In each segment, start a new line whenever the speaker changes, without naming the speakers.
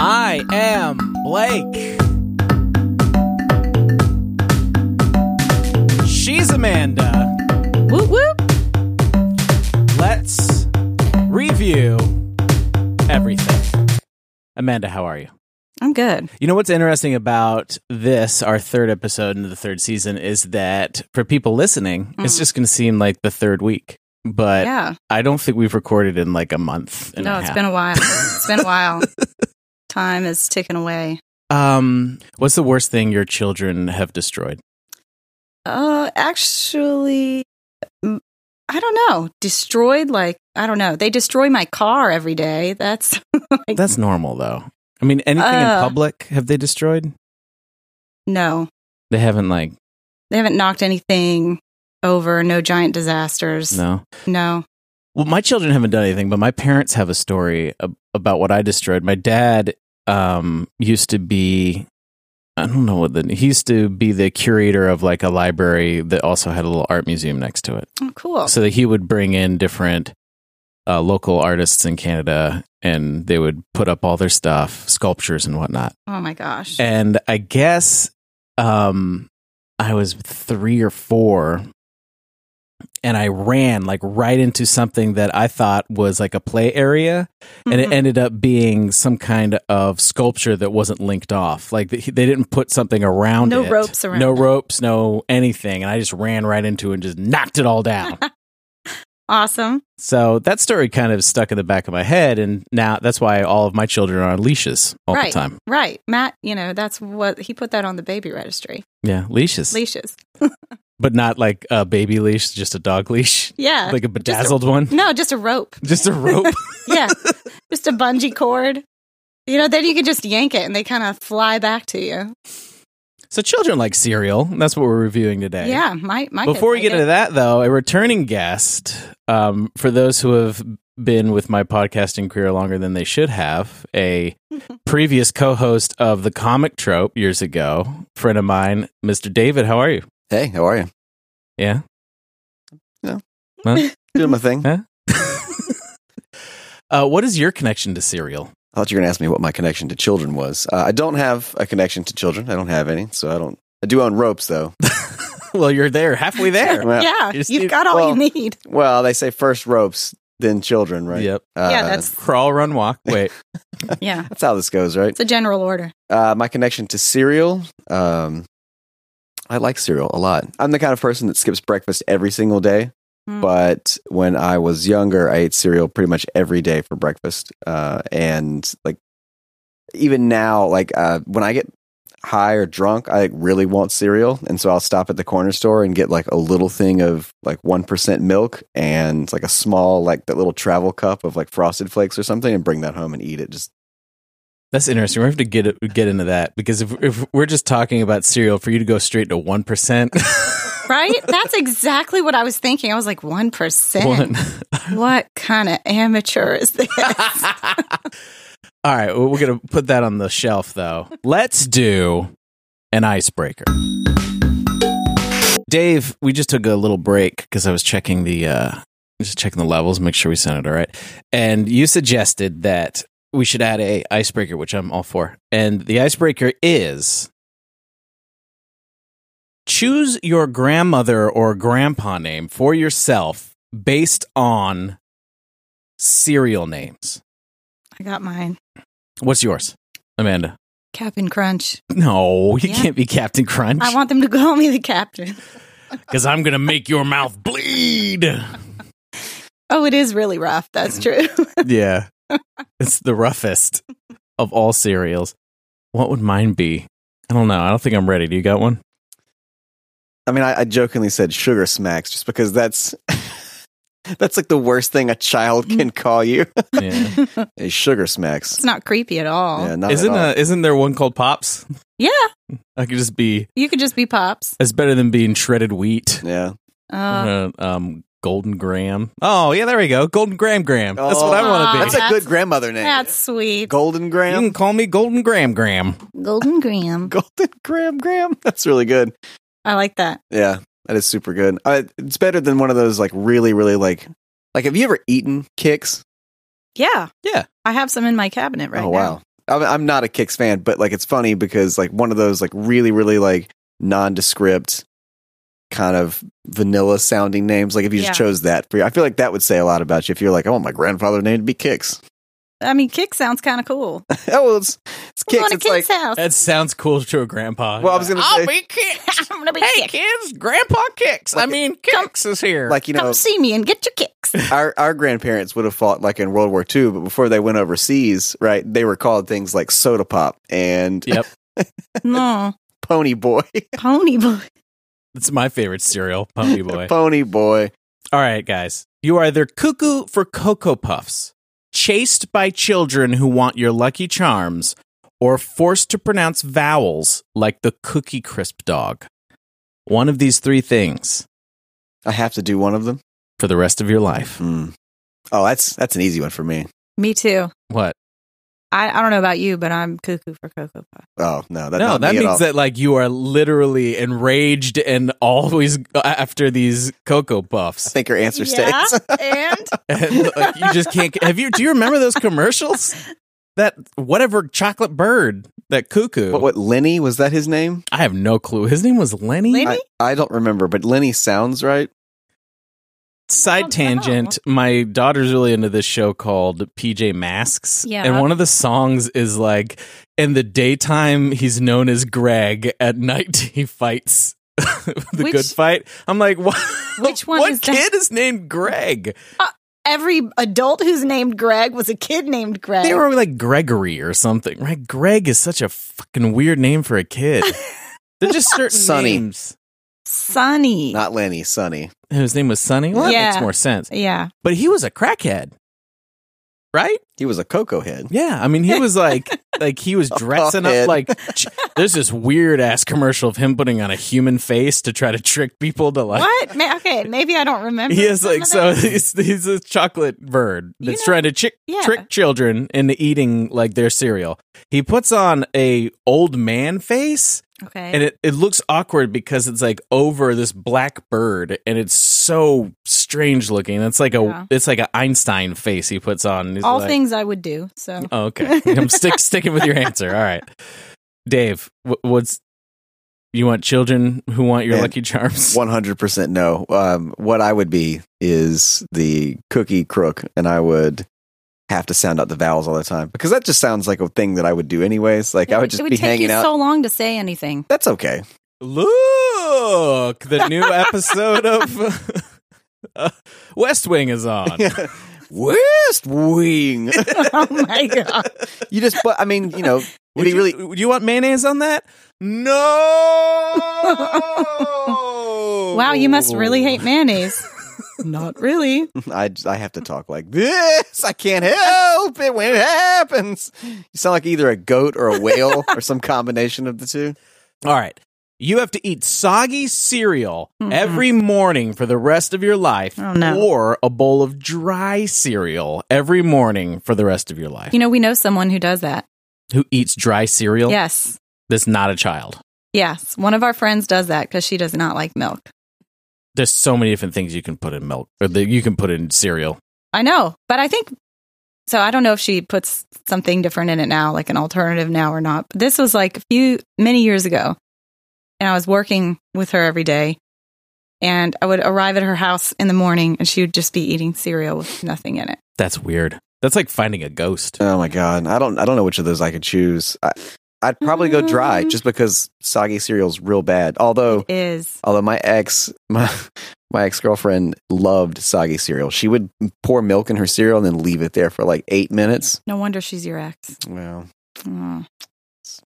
I am Blake. She's Amanda.
Whoop whoop.
Let's review everything. Amanda, how are you?
I'm good.
You know what's interesting about this, our third episode into the third season, is that for people listening, it's
Mm.
just going to seem like the third week. But
yeah.
I don't think we've recorded in like a month. And
No,
a
it's
half.
been a while. It's been a while. Time is ticking away.
Um, what's the worst thing your children have destroyed?
Uh, actually, mm, I don't know. Destroyed, like, I don't know. They destroy my car every day. That's
That's normal, though. I mean, anything in
Uh.
public have they destroyed?
no.
They haven't, like,
They haven't knocked anything over. No giant disasters.
no.
No.
Well, my children haven't done anything, but my parents have a story ab- about what I destroyed. My dad um, used to be. I don't know what the he used to be the curator of like a library that also had a little art museum next to it.
Oh, cool.
so that he would bring in different uh, local artists in Canada and they would put up all their stuff, sculptures and whatnot.
oh my gosh.
And I guess um, I was three or four and I ran like right into something that I thought was like a play area. And it
Mhm.
ended up being some kind of sculpture that wasn't linked off. Like they they didn't put something around
No
it.
ropes around
No
it.
ropes, no anything. And I just ran right into it and just knocked it all down.
awesome.
So that story kind of stuck in the back of my head, and now that's why all of my children are on leashes all
Right.
the time.
Right. Matt, you know, that's what he put that on the baby registry.
Yeah, leashes,
Leashes.
but not like a baby leash, just a dog leash,
Yeah.
like a bedazzled one,
no, just a rope.
just a rope.
yeah, just a bungee cord. You know, then you can just yank it and they kind of fly back to you.
so children like cereal. and That's what we're reviewing today.
Yeah, my my.
Before we
kids
get
like
into that, though, a returning guest um, for those who have been with my podcasting career longer than they should have, a previous co-host of the Comic Trope years ago, friend of mine, Mr. David. How are you?
Hey, how are you?
Yeah.
Doing my thing. I
Uh, what is your connection to cereal?
thought you were going to ask me what my connection to children was. Uh, I don't have a connection to children. I don't have any, so I don't. I do own ropes, though.
well, you're there, halfway there.
Well,
yeah,
Just
you've
need-
got all
well,
you need.
well, they say first ropes, then children, right?
Yep.
Uh,
yeah, that's
Crawl, run, walk. Wait.
yeah.
that's how this goes, right?
It's a general order.
Uh, my connection to cereal. Um, I like cereal a lot. I'm the kind of person that skips breakfast every single day.
Mm.
But when I was younger, I ate cereal pretty much every day for breakfast. Uh, and like, even now, like uh, when I get high or drunk, I like, really want cereal, and so I'll stop at the corner store and get like a little thing of like one percent milk and like a small like that little travel cup of like frosted flakes or something, and bring that home and eat it. Just
That's interesting. We're going to have to get, get into that because if, if we're just talking about cereal, for you to go straight to 1%.
Right? That's exactly what I was thinking. I was like, 1%.
one.
What kind of amateur is this?
All right. Well, we're going to put that on the shelf, though. Let's do an icebreaker. Dave, we just took a little break because I was checking the uh, just checking the levels, make sure we sent it all right. And you suggested that we should add a icebreaker, which I'm all for. And the icebreaker is choose your grandmother or grandpa name for yourself based on serial names.
I got mine.
What's yours, Amanda?
Captain Crunch.
No, you
Yeah.
can't be Captain Crunch
I want them to call me the captain.
because I'm going to make your mouth bleed.
Oh, it is really rough.
Mm.
That's true.
yeah. It's the roughest of all cereals. What would mine be? I don't know. I don't think I'm ready. Do you got one?
I mean, I, I jokingly said sugar smacks just because that's that's like the worst thing a child can call you.
Yeah.
Hey, sugar
it's
smacks.
not creepy at all.
Yeah, not
isn't
at all.
uh isn't there one called Pops?
yeah
I could just be.
you could just be Pops.
It's better than being shredded wheat.
yeah.
Uh,
Uh, um, golden Graham. Oh yeah, there we go. Golden Graham Graham. That's what I
Oh.
want to be.
That's a
That's-
good grandmother name.
that's sweet.
Golden
you
Graham.
can call me Golden Graham Graham.
Golden Graham.
Golden Graham Graham. That's really good.
I like that.
Yeah, that is super good. Uh, it's better than one of those like really, really like like. Have you ever eaten kicks?
Yeah.
Yeah.
I have some in my cabinet right
oh
now.
wow, I'm, I'm not a Kicks fan, but like it's funny because like one of those like really really like nondescript kind of vanilla sounding names. Like if you
Yeah.
just chose that for you, I feel like that would say a lot about you. If you're like, I want my grandfather name to be Kicks.
I mean, kick sounds kind of cool.
oh, well, it's it's
We're
Kicks.
going to
It's
Kick's
like
house.
That sounds cool to a grandpa.
well, I was gonna say
be kicks.
I'm gonna be Kick.
kids, grandpa kicks.
Like-
mean, kicks is here.
like you know
Come see me and get your kicks.
our our grandparents would have fought like in World War II, but before they went overseas, right? They were called things like soda pop and
Yep.
no,
pony boy,
pony boy.
it's my favorite cereal, Pony Boy.
pony boy.
All right, guys. You are either cuckoo for Cocoa Puffs, chased by children who want your Lucky Charms, or forced to pronounce vowels like the Cookie Crisp dog. One of these three things
I have to do one of them.
for the rest of your life.
Hmm. Oh, that's that's an easy one for me.
Me too.
What?
I, I don't know about you, but I'm cuckoo for Cocoa Puff.
Oh no, that,
no,
not
that
me at all.
means that like you are literally enraged and always after these Cocoa
I
Puffs.
think your answer
Yeah,
stays.
and
And, like, you just can't. Have you? Do you remember those commercials? That whatever chocolate bird, that cuckoo.
what, what Lenny was that his name?
I have no clue. His name was Lenny.
Lenny?
I, I don't remember, but Lenny sounds right.
Side
don't
tangent. My daughter's really into this show called PJ Masks.
Yeah.
And one of the songs is like, in the daytime, he's known as Greg. At night, he fights the
Which-
good fight. I'm like, what?
Which one
What
is that?
kid is named Greg?
every adult who's named Greg was a kid named Greg.
They were like Gregory or something, right? Greg is such a fucking weird name for a kid. They're just certain
Sonny.
names.
Sunny.
Not Lenny, Sonny.
And His name was Sonny. Well, that
Yeah.
makes more sense.
yeah.
But he was a crackhead, right?
He was a cocoa head.
Yeah, I mean, he was like, like he was dressing up
Puppet.
like. ch- There's this weird ass commercial of him putting on a human face to try to trick people to like.
what? Ma- okay, maybe I don't remember.
He is
some
like
of
so.
that.
He's, he's a chocolate bird
You
that's
know-
trying to chick,
Yeah.
trick children into eating like their cereal. He puts on a old man face,
Okay.
and it, it looks awkward because it's like over this black bird, and it's so strange looking. It's like a
Yeah.
it's like an Einstein face he puts on. He's
All
like-
things I would do. So
Oh, okay. I'm stick sticking with your answer. All right, Dave. wh- What's you want children who want your
Man,
lucky charms?
One hundred percent no. Um, what I would be is the cookie crook, and I would have to sound out the vowels all the time because that just sounds like a thing that I would do anyways. Like I would just
it would
be
take
hanging
you
out.
so long to say anything.
That's okay.
Look, the new episode of uh, West Wing is on.
West Wing.
oh my god.
you just, but I mean, you know,
Would
it'd be
you,
really.
would you want mayonnaise on that? No.
Wow, you must really
Oh.
hate mayonnaise. Not really.
I I have to talk like this. I can't help it when it happens. You sound like either a goat or a whale or some combination of the two.
All right. You have to eat soggy cereal
Mhm.
every morning for the rest of your life,
Oh, no.
or a bowl of dry cereal every morning for the rest of your life.
You know, we know someone who does that.
Who eats dry cereal?
Yes.
That's not a child.
Yes. One of our friends does that because she does not like milk.
There's so many different things you can put in milk, or that you can put in cereal.
I know, but I think so. I don't know if she puts something different in it now, like an alternative now or not. But this was like a few many years ago, and I was working with her every day, and I would arrive at her house in the morning, and she would just be eating cereal with nothing in it.
That's weird. That's like finding a ghost.
Oh my god, I don't I don't know which of those I could choose. I, I'd probably go dry
Mm.
just because soggy cereal's real bad. Although
It is
although my ex my my ex girlfriend loved soggy cereal. She would pour milk in her cereal and then leave it there for like eight minutes.
no wonder she's your ex.
Well,
Mm.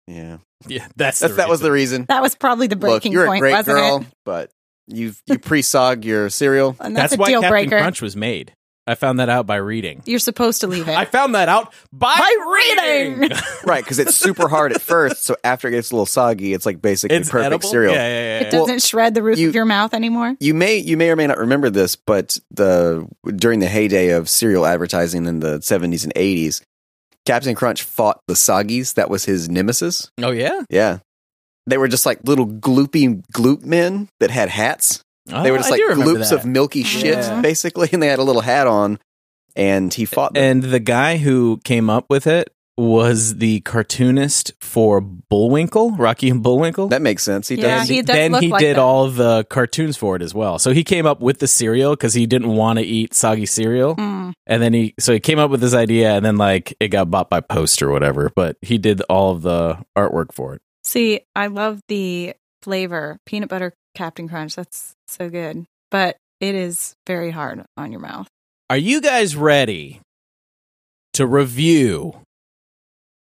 yeah,
Yeah, that's,
That's, that was the reason.
That was probably the breaking
Look, you're
point,
a great
wasn't
girl,
it?
but you you pre sog your cereal.
And
That's,
that's, a
why
deal
Captain
breaker.
Crunch was made. I found that out by reading.
You're supposed to leave it.
I found that out by, reading.
reading.
Right, because it's super hard at first. So after it gets a little soggy, it's like basically
it's
perfect
edible?
cereal.
Yeah, yeah, yeah.
it
yeah.
doesn't shred the roof
you-
of your mouth anymore.
You may you may or may not remember this, but the during the heyday of cereal advertising in the seventies and eighties, Captain Crunch fought the Soggies. That was his nemesis.
Oh yeah.
Yeah. They were just like little gloopy gloop men that had hats.
Oh,
They were just
I
like
do remember
gloops
that.
of milky shit,
Yeah.
basically, and they had a little hat on and he fought them.
and the guy who came up with it was the cartoonist for Bullwinkle, Rocky and Bullwinkle.
That makes sense. He
Yeah,
does.
he- does
then
look
he
like
did
that.
all the cartoons for it as well. So he came up with the cereal because he didn't want to eat soggy cereal,
Mm.
and then he so he came up with this idea, and then like it got bought by Post or whatever. But he did all of the artwork for it.
See, I love the flavor peanut butter Captain Crunch. That's so good, but it is very hard on your mouth.
Are you guys ready to review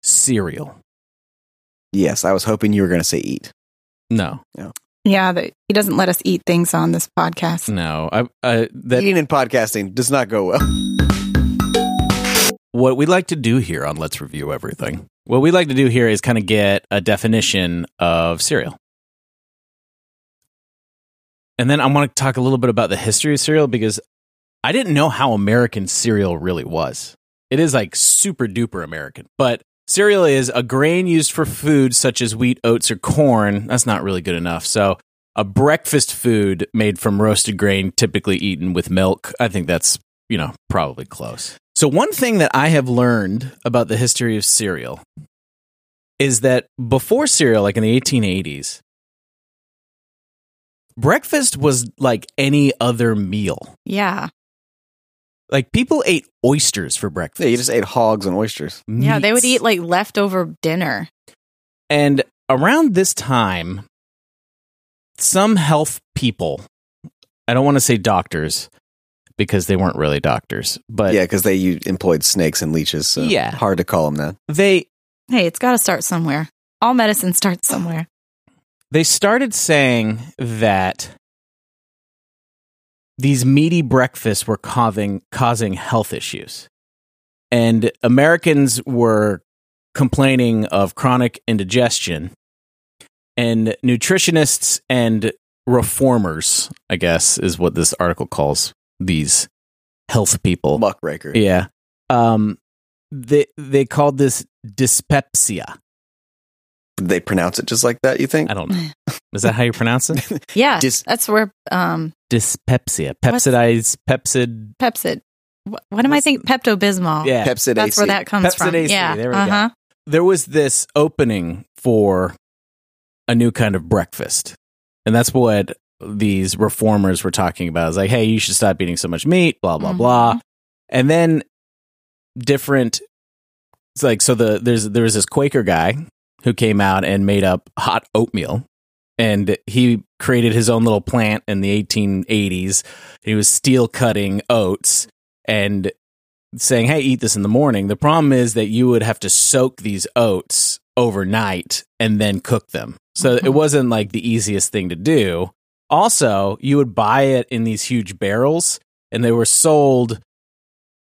cereal?
yes, I was hoping you were going to say eat.
No,
Yeah, that he doesn't let us eat things on this podcast.
no. I, I that
Eating and podcasting does not go well.
what we like to do here on Let's Review Everything, what we like to do here is kind of get a definition of cereal. And then I want to talk a little bit about the history of cereal because I didn't know how American cereal really was. It is like super duper American, but cereal is a grain used for food such as wheat, oats, or corn. That's not really good enough. So, a breakfast food made from roasted grain, typically eaten with milk. I think that's you know, probably close. So, one thing that I have learned about the history of cereal is that before cereal, like in the 1880s, breakfast was like any other meal.
Yeah,
Like people ate oysters for breakfast.
Yeah, you just ate hogs and oysters.
yeah, they would
meats.
eat like leftover dinner.
And around this time, some health people, I don't want to say doctors because they weren't really doctors, but
yeah, because they you employed snakes and leeches. So
Yeah.
hard to call them that.
they
Hey, it's got to start somewhere. All medicine starts somewhere.
they started saying that these meaty breakfasts were causing causing health issues. And Americans were complaining of chronic indigestion. And nutritionists and reformers, I guess, is what this article calls these health people.
Muckraker.
Yeah. Um they they called this dyspepsia.
They pronounce it just like that. You think?
I don't know. Is that how you pronounce it?
Yeah,
Dis-
that's where um
dyspepsia,
What's-
pepsidized, pepsid,
Pepsid. What, what am I thinking? Pepto Bismol.
yeah.
Pepsid
that's
AC.
where that comes
Pepsid
from.
AC,
Yeah, Uh-huh.
there we go. there was this opening for a new kind of breakfast, and that's what these reformers were talking about. It's like, hey, you should stop eating so much meat, blah blah
Mhm.
blah, and then different. It's like so the there's there was this Quaker guy who came out and made up hot oatmeal. And he created his own little plant in the 1880s. He was steel cutting oats. And saying, "Hey, eat this in the morning." The problem is that you would have to soak these oats overnight and then cook them. So it
Mhm.
wasn't like the easiest thing to do. Also, you would buy it in these huge barrels and they were sold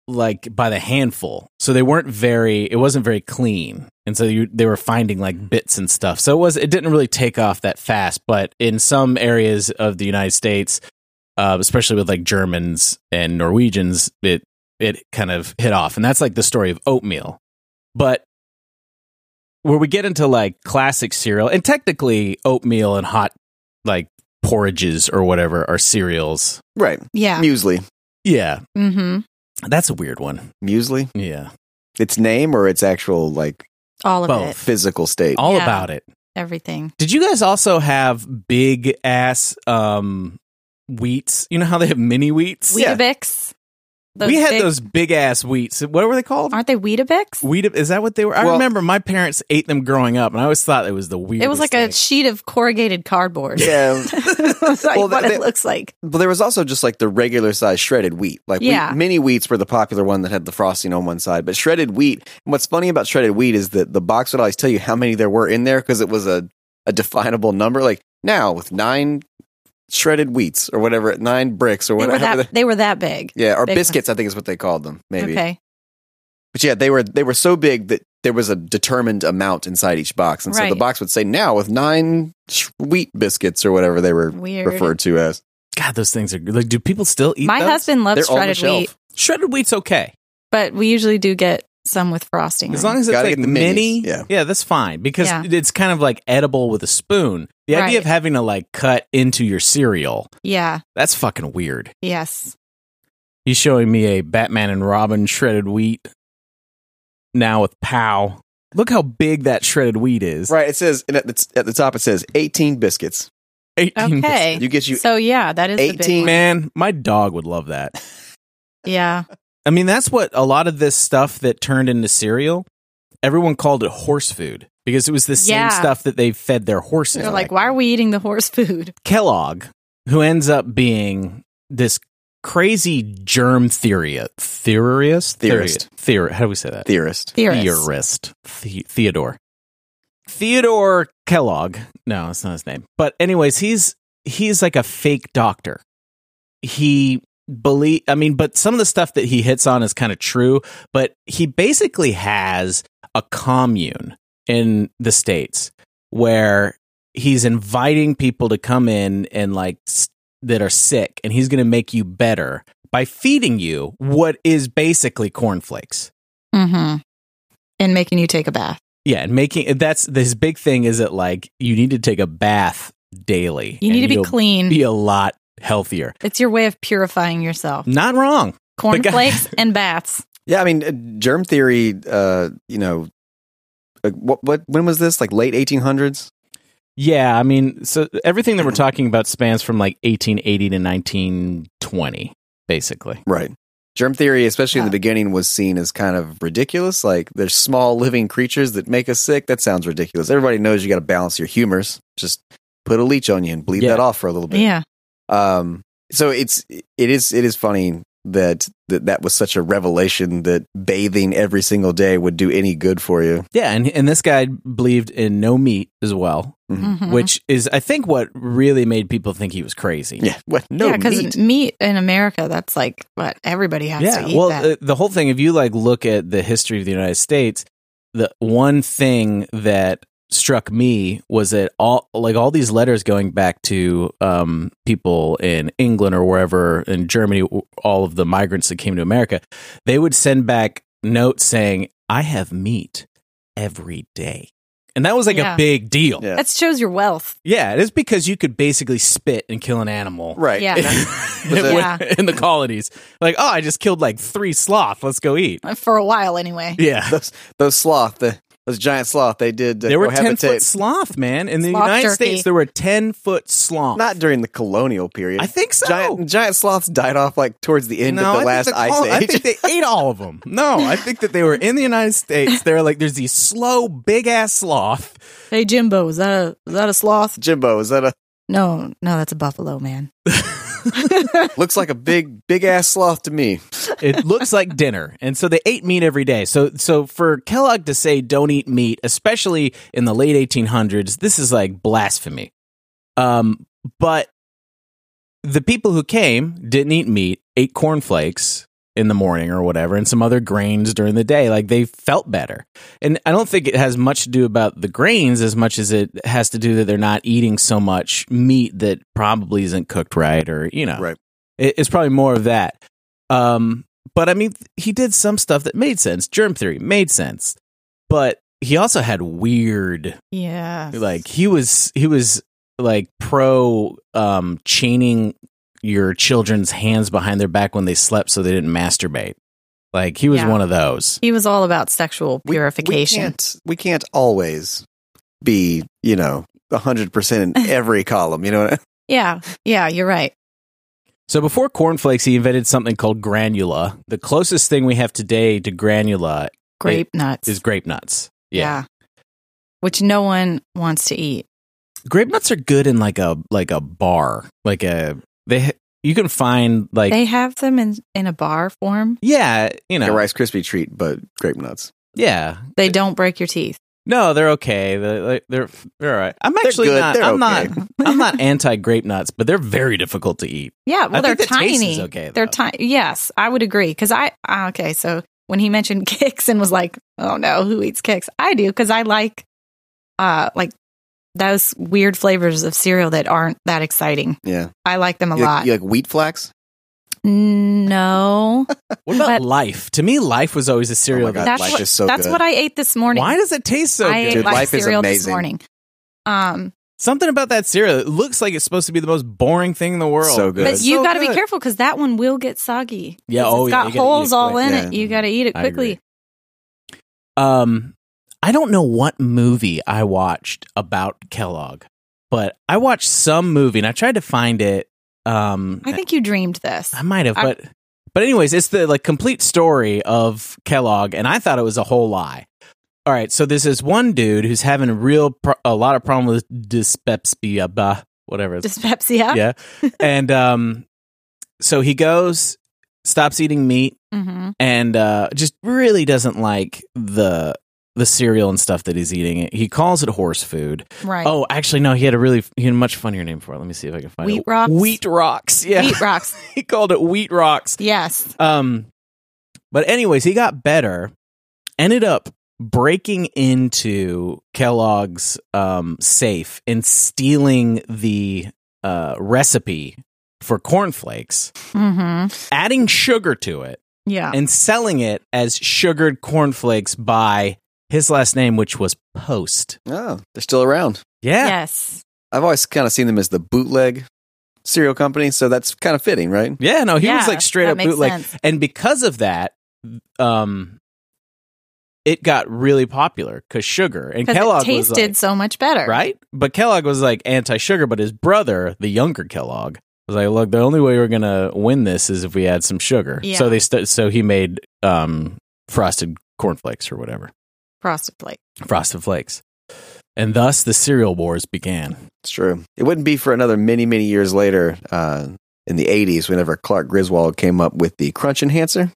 like by the handful. So they weren't very it wasn't very clean. And so you they were finding like bits and stuff. So it was it didn't really take off that fast, but in some areas of the United States, uh, especially with like Germans and Norwegians, it it kind of hit off. And that's like the story of oatmeal. But where we get into like classic cereal, and technically oatmeal and hot like porridges or whatever are cereals.
Right.
Yeah.
Muesli.
Yeah.
Mm-hmm.
That's a weird one.
Muesli.
Yeah.
Its name or its actual like
All of
Both.
it.
physical state.
All
Yeah.
about it.
Everything.
Did you guys also have big ass um wheats? You know how they have mini wheats?
Yeah.
Weetabix. Those
we had
big-
those big ass wheats. What were they called?
Aren't they Weetabix?
Wheat is that what they were? I
Well-
remember my parents ate them growing up, and I always thought it was the weirdest.
It was like a
thing.
sheet of corrugated cardboard.
Yeah.
It was like
Well, they-
what
they-
it looks like.
But there was also just like the regular size shredded wheat. Like wheat-
Yeah.
mini wheats were the popular one that had the frosting on one side, but shredded wheat. And what's funny about shredded wheat is that the box would always tell you how many there were in there because it was a, a definable number. Like now with nine shredded wheats or whatever, nine bricks or
They
whatever.
were that they were that big.
yeah, or
big ones.
biscuits, I think is what they called them, maybe.
Okay.
But yeah, they were they were so big that there was a determined amount inside each box, and so
Right.
the box would say now with nine sh- wheat biscuits or whatever they were
Weird.
referred to as.
God, those things are good. Like, do people still eat?
My
those?
husband
They're
loves
on the
shredded
shelf.
wheat,
shredded wheat's okay
but we usually do get some with frosting.
as
on
long as it's
Gotta
like
get the minis.
mini.
Yeah.
that's fine because
Yeah.
it's kind of like edible with a spoon. The idea
Right.
of having to like cut into your cereal
it. Yeah.
that's fucking weird.
Yes.
He's showing me a Batman and Robin shredded wheat. now with pow. Look how big that shredded wheat is.
Right. It says and at the, at the top it says 18 biscuits.
18
Okay.
You get you
so yeah, that is the big
18
one.
Man, my dog would love that.
Yeah.
I mean, that's what a lot of this stuff that turned into cereal, everyone called it horse food because it was the same
Yeah.
stuff that they fed their horses.
They're like, why are we eating the horse food?
Kellogg, who ends up being this crazy germ theory, theorist,
Theorist.
theorist. How do we say that?
theorist.
Theorists.
theorist the- Theodore Theodore Kellogg. No, that's not his name. But anyways, he's he's like a fake doctor. He believe I mean, but some of the stuff that he hits on is kind of true, but he basically has a commune in the states where he's inviting people to come in and like s- that are sick and he's going to make you better by feeding you what is basically cornflakes.
Mm-hmm. And making you take a bath.
Yeah, and making that's this big thing is that like you need to take a bath daily.
You need
and
to be
you'll
clean.
Be a lot healthier.
it's your way of purifying yourself.
Not wrong. guy-
Cornflakes and baths.
Yeah, I mean uh, germ theory uh you know like what what when was this? Like late 1800s?
Yeah, I mean, so everything that we're talking about spans from like 1880 to 1920, basically.
Right. Germ theory, especially in
Yeah.
the beginning, was seen as kind of ridiculous. Like there's small living creatures that make us sick. That sounds ridiculous. Everybody knows you got to balance your humors. Just put a leech on you and bleed
Yeah.
that off for a little bit.
Yeah.
Um, so it's it is it is funny that, that that was such a revelation that bathing every single day would do any good for you.
Yeah, and and this guy believed in no meat as well,
Mhm.
which is I think what really made people think he was crazy.
Yeah, what? No
yeah,
meat.
because meat in America, that's like what everybody has to eat.
well,
that.
uh, the whole thing. If you like look at the history of the United States, the one thing that struck me was that all like all these letters going back to um, people in England or wherever in Germany, w- all of the migrants that came to America, they would send back notes saying, "I have meat every day," and that was like
Yeah.
a big deal. Yeah.
Yeah.
that shows your wealth.
it is because you could basically spit and kill an animal
Right.
Yeah.
in,
Yeah.
in the colonies. Like, oh, I just killed like three sloth. Let's go eat.
For a while, anyway.
Yeah.
Those those sloth, the, those giant sloth, they did uh,
There were 10
cohabitate.
foot sloth, man. In the
Sloth
United
jerky.
States, there were 10 foot sloth.
Not during the colonial period.
I think so.
Giant giant sloths died off like towards the end
No,
of the
I
last
think the
ice
col-
age.
I think they ate all of them. No, I think that they were in the United States. They're like, there's these slow, big ass sloth.
Hey, Jimbo, is that a, is that a sloth?
Jimbo, is that a
No, no, that's a buffalo, man.
looks like a big big ass sloth to me?
It looks like dinner, and so they ate meat every day. So, so for Kellogg to say don't eat meat, especially in the late 1800s, this is like blasphemy. Um, but the people who came didn't eat meat, ate cornflakes in the morning or whatever, and some other grains during the day. Like they felt better. And I don't think it has much to do about the grains as much as it has to do that they're not eating so much meat that probably isn't cooked right or, you know,
Right.
It- it's probably more of that. Um, but I mean, he did some stuff that made sense. Germ theory made sense. But he also had weird
yeah.
like he was he was like pro um chaining your children's hands behind their back when they slept so they didn't masturbate like he was
Yeah.
one of those
He was all about sexual
We- We,
purification.
can't, we can't always be, you know, hundred percent in every column. You know, what I-
yeah. Yeah, you're right.
so before cornflakes he invented something called granula the closest thing we have today to granula
Grape nuts.
is grape nuts
Which no one wants to eat.
grape nuts are good in like a like a bar like a they ha- you can find like
they have them in, in a bar form.
yeah you know
a Rice Krispie treat, but grape nuts.
yeah
They don't break your teeth.
No, they're okay. They're like, they're, they're all right. I'm
They're
actually
good.
not.
They're
I'm
okay.
not. I'm not anti grape nuts, but they're very difficult to eat.
Yeah, well,
I
they're
think the taste
tiny.
is okay, though.
they're tiny. Yes, I would agree because I ah, okay. So when he mentioned kicks and was like, "Oh no, who eats kicks?" I do because I like, uh, like those weird flavors of cereal that aren't that exciting.
Yeah,
I like them a
you
lot.
Like, you like wheat flax?
No,
What about
But-
life? To me, life was always a cereal.
Oh my God,
that-
that's
life
what,
is so
that's
good.
what I ate this morning.
Why does it taste so
I
good?
ate
Dude,
life,
life is
cereal this
amazing.
morning. Um,
Something about that cereal. It looks like it's supposed to be the most boring thing in the world.
So good.
but
It's
you
so
got to be
good.
careful because that one will get soggy.
Yeah,
'Cause
oh,
it's
yeah, you
got
gotta eat
holes
it
all
quick.
in
Yeah.
it. You got to eat it
I agree.
quickly.
Um, I don't know what movie I watched about Kellogg, but I watched some movie and I tried to find it. Um,
I think you dreamed this.
I might have,
I-
but but anyways, it's the like complete story of Kellogg, and I thought it was a whole lie. All right, so this is one dude who's having a real pro- a lot of problem with dyspepsia, blah, whatever. it's-
Dyspepsia.
yeah, and um, so he goes, stops eating meat,
hmm
and uh, just really doesn't like the the cereal and stuff that he's eating. He calls it horse food.
Right.
Oh, actually, no, he had a really he had a much funnier name for it. Let me see if I can find
Wheat
it.
rocks?
Wheat rocks. Yeah,
Wheat rocks.
he called it wheat rocks.
Yes.
Um, but anyways, he got better. Ended up breaking into Kellogg's um, safe and stealing the uh, recipe for cornflakes,
hmm
adding sugar to it,
Yeah.
and selling it as sugared cornflakes by his last name, which was Post.
Oh, they're still around.
Yeah.
Yes.
I've always kind of seen them as the bootleg cereal company, so that's kind of fitting, right?
Yeah, no, Oh, he
Yeah,
was like straight
that
up
makes
bootleg.
sense.
And because of that, um it got really popular cuz sugar and
Because
Kellogg
it tasted
was
so much better.
like, right? But Kellogg was like anti-sugar, but his brother, the younger Kellogg, was like, "Look, the only way we're going to win this is if we add some sugar."
Yeah.
So they st- so he made um frosted cornflakes or whatever.
Frosted flake.
Frosted Flakes. And thus the cereal wars began.
It's true. It wouldn't be for another many, many years later uh, in the 80s whenever Clark Griswold came up with the crunch enhancer.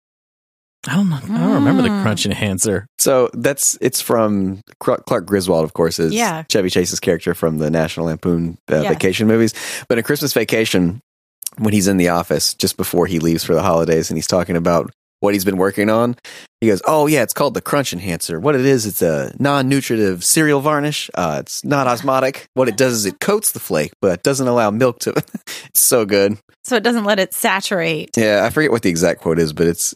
I don't know, I don't remember the
Mm.
crunch enhancer.
So that's it's from Cr- Clark Griswold, of course, is
Yeah.
Chevy Chase's character from the National Lampoon uh,
Yeah.
Vacation movies. But in Christmas Vacation, when he's in the office just before he leaves for the holidays, and he's talking about what he's been working on, he goes, "Oh yeah, it's called the Crunch Enhancer. What it is, it's a non-nutritive cereal varnish. Uh, it's not osmotic. What it does is it coats the flake, but doesn't allow milk to. it's so good.
So it doesn't let it saturate.
Yeah, I forget what the exact quote is, but it's.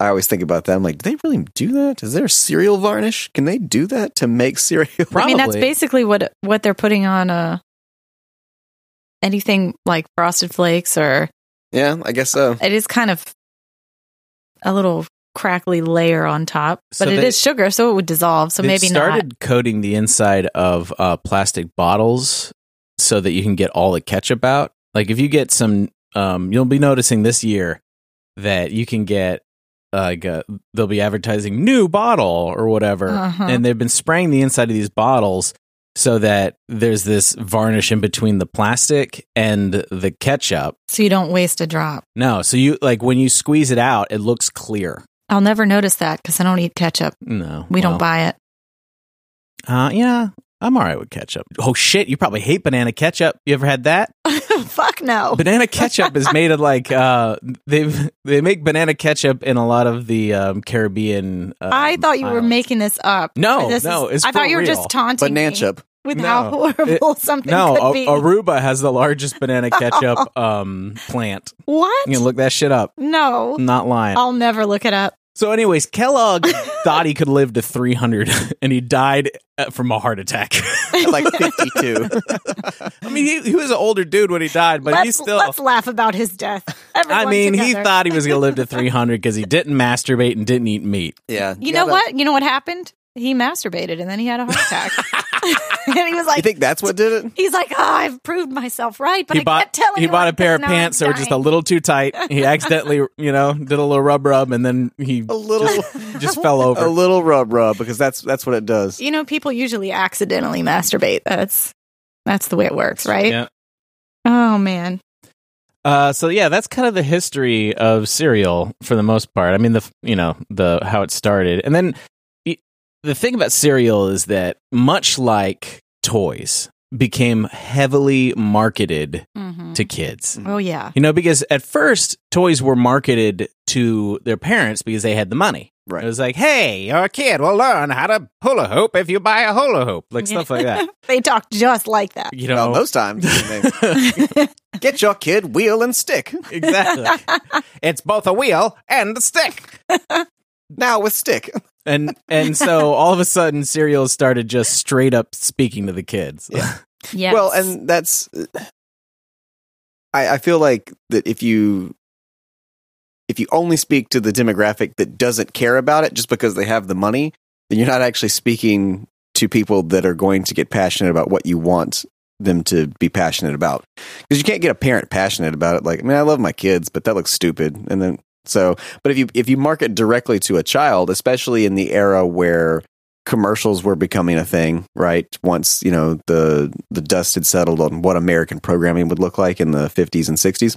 I always think about that. I'm like, do they really do that? Is there a cereal varnish? Can they do that to make cereal?
Probably.
I mean, that's basically what what they're putting on uh, anything like frosted flakes, or
yeah, I guess so.
it is kind of a little crackly layer on top,
So
but it is
they-
sugar, so it would dissolve. So
They
maybe
started coating the inside of uh, plastic bottles so that you can get all the ketchup out. Like if you get some, um, you'll be noticing this year that you can get uh, like uh they'll be advertising new bottle or whatever,
Uh-huh.
and they've been spraying the inside of these bottles so that there's this varnish in between the plastic and the ketchup.
not, so you don't waste a drop.
No, so you like when you squeeze it out, it looks clear.
I'll never notice that because I don't eat ketchup.
No,
We
well.
don't buy it.
Uh, yeah, I'm all right with ketchup. Oh shit, you probably hate banana ketchup. You ever had that?
Fuck no.
Banana ketchup is made of like uh, they they make banana ketchup in a lot of the um, Caribbean. Uh,
I thought you were
islands.
making this up.
No,
This
no,
is-
it's
I thought
for
you were
real.
just taunting me
Bananchup.
with
No.
how horrible something
No,
could
A-
be.
Aruba has the largest banana ketchup um, plant.
what?
You can look that shit up.
no,
I'm not lying.
I'll never look it up.
So, anyways, Kellogg thought he could live to 300, and he died uh, from a heart attack.
like 52.
I mean, he, he was an older dude when he died, but
let's,
he's still.
let's laugh about his death.
I
Everyone
mean, he
together.
thought he was going to live to 300 because he didn't masturbate and didn't eat meat.
yeah.
You know
gotta-
what? You know what happened? He masturbated and then he had a heart attack. and he was
You
like,
think that's what did it?
he's like, oh, I've proved myself right, but
he
I
bought
kept telling
he
you
bought
I
a pair of
could not
pants that were just a
die."
little too tight. He accidentally, you know, did a little rub rub and then he
A little
just fell
a
over.
little rub rub because that's that's what it does.
You know, people usually accidentally masturbate. That's that's the way it works, right?
Yeah.
Oh man,
Uh, so yeah, that's kind of the history of cereal for the most part. I mean, the you know the how it started, and then y- the thing about cereal is that much like toys, became heavily marketed to
Mm-hmm.
kids.
oh yeah,
You know, because at first toys were marketed to their parents because they had the money.
Right.
It was like, hey, you're a kid. We'll learn how to hula hoop if you buy a hula hoop, like stuff like that.
they talk just like that.
You
Well,
know,
most times. Get your kid wheel and stick.
exactly. it's both a wheel and a stick.
Now with stick.
And and so all of a sudden, cereals started just straight up speaking to the kids.
Yes.
Well, and that's I, I feel like that if you if you only speak to the demographic that doesn't care about it just because they have the money, you're not actually speaking to people that are going to get passionate about what you want them to be passionate about because you can't get a parent passionate about it like i mean i love my kids but that looks stupid and then so but if you if you market directly to a child especially in the era where commercials were becoming a thing right once you know the the dust had settled on what american programming would look like in the 50s and 60s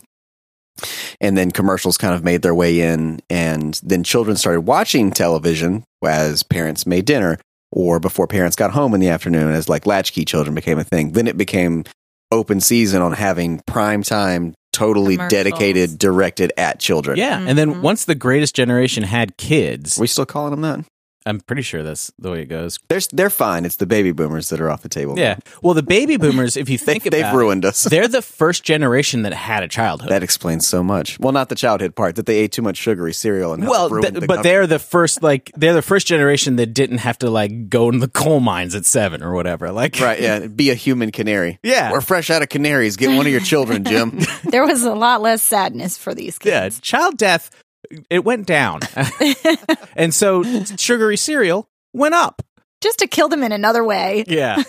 and then commercials kind of made their way in and then children started watching television as parents made dinner or before parents got home in the afternoon as like latchkey children became a thing then it became open season on having prime time totally
Commercials.
dedicated directed at children
Yeah, and then
Mhm.
once the greatest generation had kids,
we still calling them that
I'm pretty sure that's the way it goes.
they're, they're fine it's the baby boomers that are off the table
Yeah. Well, the baby boomers, if you think
they,
about
have ruined us
it, they're the first generation that had a childhood.
that explains so much well not the childhood part that they ate too much sugary cereal and
well,
helped ruin
th-
the
but
com-
they're the first like they're the first generation that didn't have to like go in the coal mines at 7 or whatever. Like
right yeah be a human canary
Yeah.
we're fresh out of canaries get one of your children jim
There was a lot less sadness for these
yeah,
kids.
child death it went down. and so sugary cereal went up.
Just to kill them in another way,
Yeah.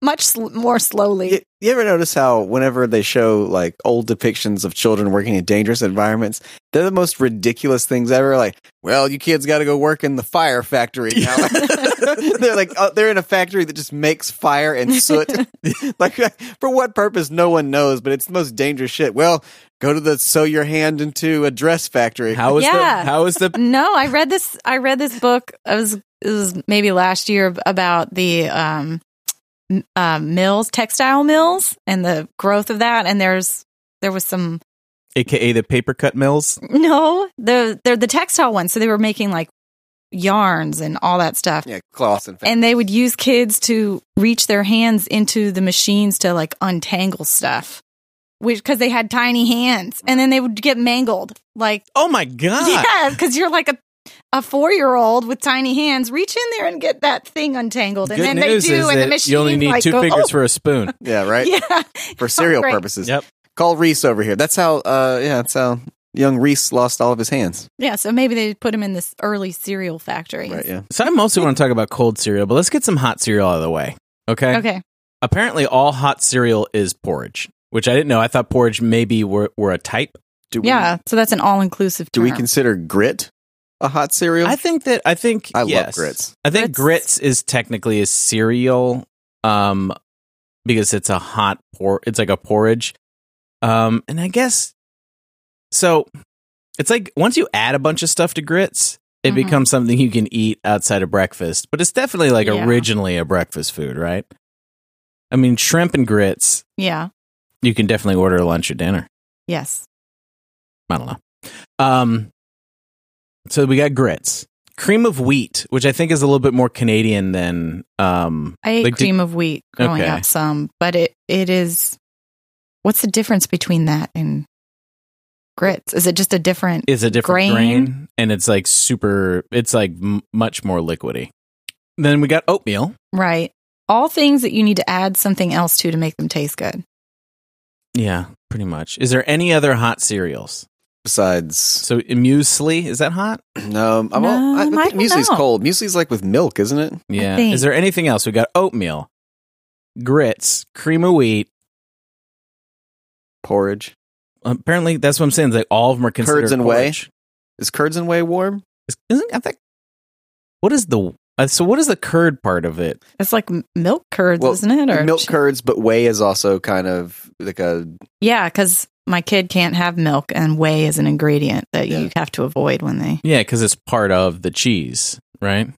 much sl- more slowly.
You, you ever notice how whenever they show like old depictions of children working in dangerous environments, they're the most ridiculous things ever. Like, well, you kids got to go work in the fire factory now. they're like, oh, they're in a factory that just makes fire and soot. like, for what purpose? No one knows, but it's the most dangerous shit. Well, go to the sew your hand into a dress factory.
How is
Yeah.
the how is the
No, I read this. I read this book. It was, it was maybe last year about the um, m- uh, mills, textile mills, and the growth of that. And there's there was some
aka the paper cut mills?
no, the they're the textile ones. So they were making like yarns and all that stuff.
yeah, cloths and
And they would use kids to reach their hands into the machines to like untangle stuff, which because they had tiny hands, and then they would get mangled. Like
Oh my god.
yeah, because you're like a a four year old with tiny hands. Reach in there and get that thing untangled, and
Good
then they
news is
do, and the
that
machine
you only need
like
two
goes,
fingers
"Oh."
for a spoon.
yeah, right.
Yeah,
For cereal
Right.
purposes.
Yep.
Call Reese over here. That's how. Uh, yeah, that's how young Reese lost all of his hands.
yeah. So maybe they put him in this early cereal factory.
Right. Yeah.
So I mostly want to talk about cold cereal, but let's get some hot cereal out of the way. Okay.
Okay.
Apparently, all hot cereal is porridge, which I didn't know. I thought porridge maybe were, were a type.
Do we-
Yeah. So that's an all inclusive.
Do we consider grit a hot cereal?
I think that I think
I love
yes.
grits.
I think grits,
Grits-
is technically a cereal, um, because it's a hot por. It's like a porridge, um, and I guess so. It's like once you add a bunch of stuff to grits, it
Mhm.
becomes something you can eat outside of breakfast. But it's definitely like
Yeah.
originally a breakfast food, right? I mean, shrimp and grits
Yeah.
you can definitely order lunch or dinner.
Yes.
I don't know. Um, so we got grits, cream of wheat, which I think is a little bit more Canadian than um.
I ate
Like, did-
cream of wheat growing
Okay.
up some, but it it is. What's the difference between that and grits? Is it just a different?
It's a different grain,
Grain.
and it's like super. It's like m- much more liquidy. Then we got oatmeal.
Right. All things that you need to add something else to to make them taste good.
Yeah, pretty much. Is there any other hot cereals?
Besides,
So muesli is that hot?
no, I'm
No,
all, I,
I
think
don't
muesli's
know.
cold. Muesli's like with milk, isn't it?
Yeah.
think-
Is there anything else? We got oatmeal, grits, cream of wheat.
Porridge.
Apparently, that's what I'm saying. It's Like all of them are considered
Curds and whey?
porridge.
Is curds and whey warm?
Is- Isn't I think what is the uh, so what is the curd part of it?
It's like m- milk curds,
Well,
isn't it?
milk
sh-
curds, but whey is also kind of like a
Yeah, because my kid can't have milk, and whey is an ingredient that
Yeah.
you have to avoid when they.
Yeah, because it's part of the cheese, right?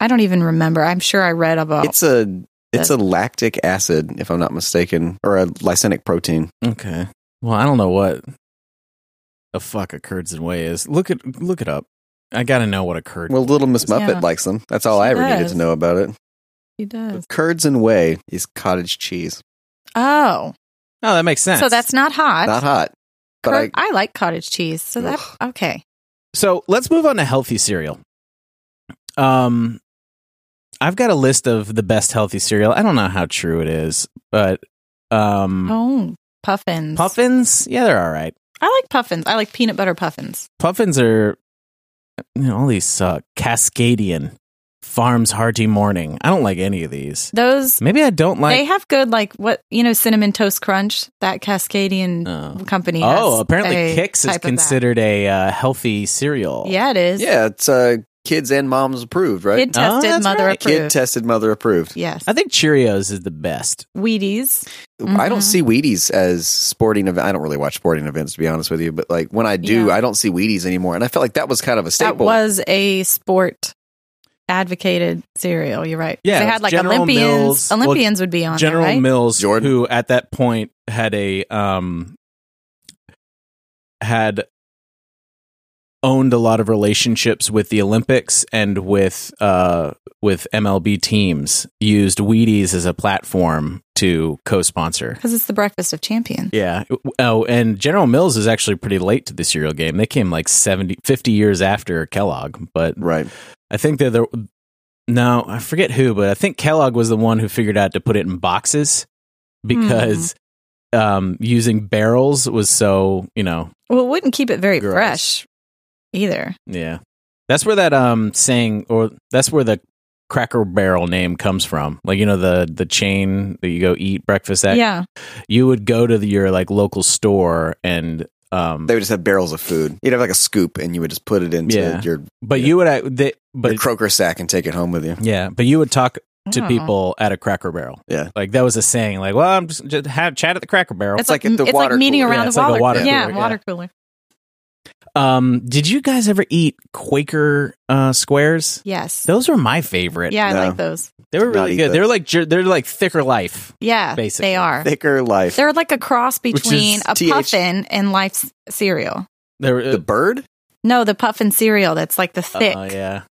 I don't even remember. I'm sure I read about.
it's a it's a lactic acid, if I'm not mistaken, or a lysinic protein.
Okay. Well, I don't know what the fuck a curds and whey is. Look at look it up. I gotta know what a curd.
Well, Little Miss Muffet
Yeah.
likes them. That's all
She
I ever needed
does.
to know about it.
he does.
Curds and whey is cottage cheese.
Oh,
oh, that makes sense.
so that's not hot.
Not hot, but
Cur-
I,
I, like cottage cheese. So that okay.
so. Let's move on to healthy cereal. Um, I've got a list of the best healthy cereal. I don't know how true it is, but um,
Oh, puffins.
puffins. Yeah, they're all right.
I like puffins. I like peanut butter puffins.
Puffins are you know, all these suck. uh, Cascadian, Farms Hearty Morning. I don't like any of these.
Those
Maybe I don't
they
like.
have good like what you know cinnamon toast crunch that Cascadian
Oh.
company.
oh,
has
apparently Kix
a type
is
of that.
considered a uh, healthy cereal.
Yeah, it is.
Yeah, it's uh, kids and moms approved, right?
Kid
Oh,
tested,
that's
mother
right.
approved.
Kid tested, mother approved.
yes.
I think Cheerios is the best.
Wheaties.
I don't
Mhm.
see Wheaties as sporting event. I don't really watch sporting events to be honest with you, but like when I do,
Yeah.
I don't see Wheaties anymore, and I felt like that was kind of a
That
staple.
was a sport advocated cereal. You're right.
Yeah,
They
it
had
was
like
General
Olympians.
Mills- well,
Olympians would be on
General
there, right?
Mills,
Jordan.
who at that point had a um had owned a lot of relationships with the Olympics and with uh with MLB teams, used Wheaties as a platform to co-sponsor.
Because it's the breakfast of champions.
Yeah. Oh, and General Mills is actually pretty late to the cereal game. They came like 70 50 years after Kellogg, but
right.
I think they're the no, I forget who, but I think Kellogg was the one who figured out to put it in boxes because
Mm-hmm.
um, using barrels was so you know
Well, it wouldn't keep it very
Gross.
fresh either.
yeah. That's where that um saying or that's where the Cracker Barrel name comes from. Like you know the the chain that you go eat breakfast at.
yeah.
You would go to the, your like local store and um
They would just have barrels of food. You'd have like a scoop, and you would just put it into
Yeah.
your,
but you would I they,
your
but
croaker sack and take it home with you.
yeah, but you would talk to
Oh.
people at a Cracker Barrel.
Yeah.
Like that was a saying like, well, I'm just, just have chat at the Cracker Barrel.
It's like,
like at the
it's
water
like meeting
cooler.
Yeah,
around
it's
the
like a
water,
water
Yeah,
cooler,
water cooler.
Um, did you guys ever eat Quaker uh, squares?
Yes.
Those were my favorite.
yeah, I
No.
like those.
they were
Did not
really
eat
good. They're
those.
like jer- they're like thicker life.
Yeah,
Basically.
they are.
Thicker life.
They're like a cross
is
between a
TH
puffin and life's cereal.
They were
the bird,
No, the puffin cereal that's like the
uh,
thick.
yeah.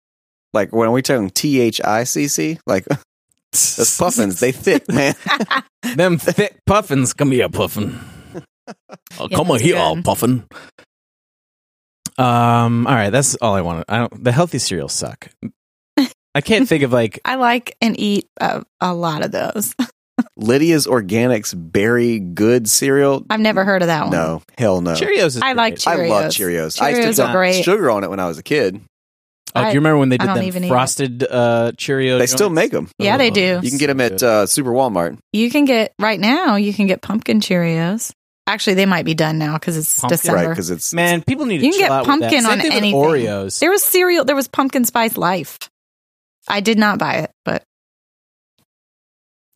like when we talking T H I C C, like those puffins, they thick, man.
Them thick puffins. Come here, puffin. Oh,
Yeah,
come
that's
here,
good.
puffin. Um. All right, that's all I wanted. I don't. The healthy cereals suck. I can't think of like.
I like and eat a, a lot of those.
Lydia's Organics Berry Good cereal.
I've never heard of that one.
No, hell no.
Cheerios. Is
I like
great.
Cheerios.
I love Cheerios. I
Cheerios
used to
are
dump
great.
sugar on it when I was a kid.
Oh, do
I-
you remember when they
I
did
don't
them
even eat it.
frosted uh, Cheerios? Oh,
They still make them.
Yeah, they do.
You can get them at uh, Super Walmart.
You can get right now. You can get pumpkin Cheerios. Actually, they might be done now because it's
Pumpkin.
December.
Right, because it's
Man, people need to
You can
chill
get
out with that.
pumpkin
Same
on
thing with
anything.
Oreos.
There was cereal. There was pumpkin spice life. I did not buy it, but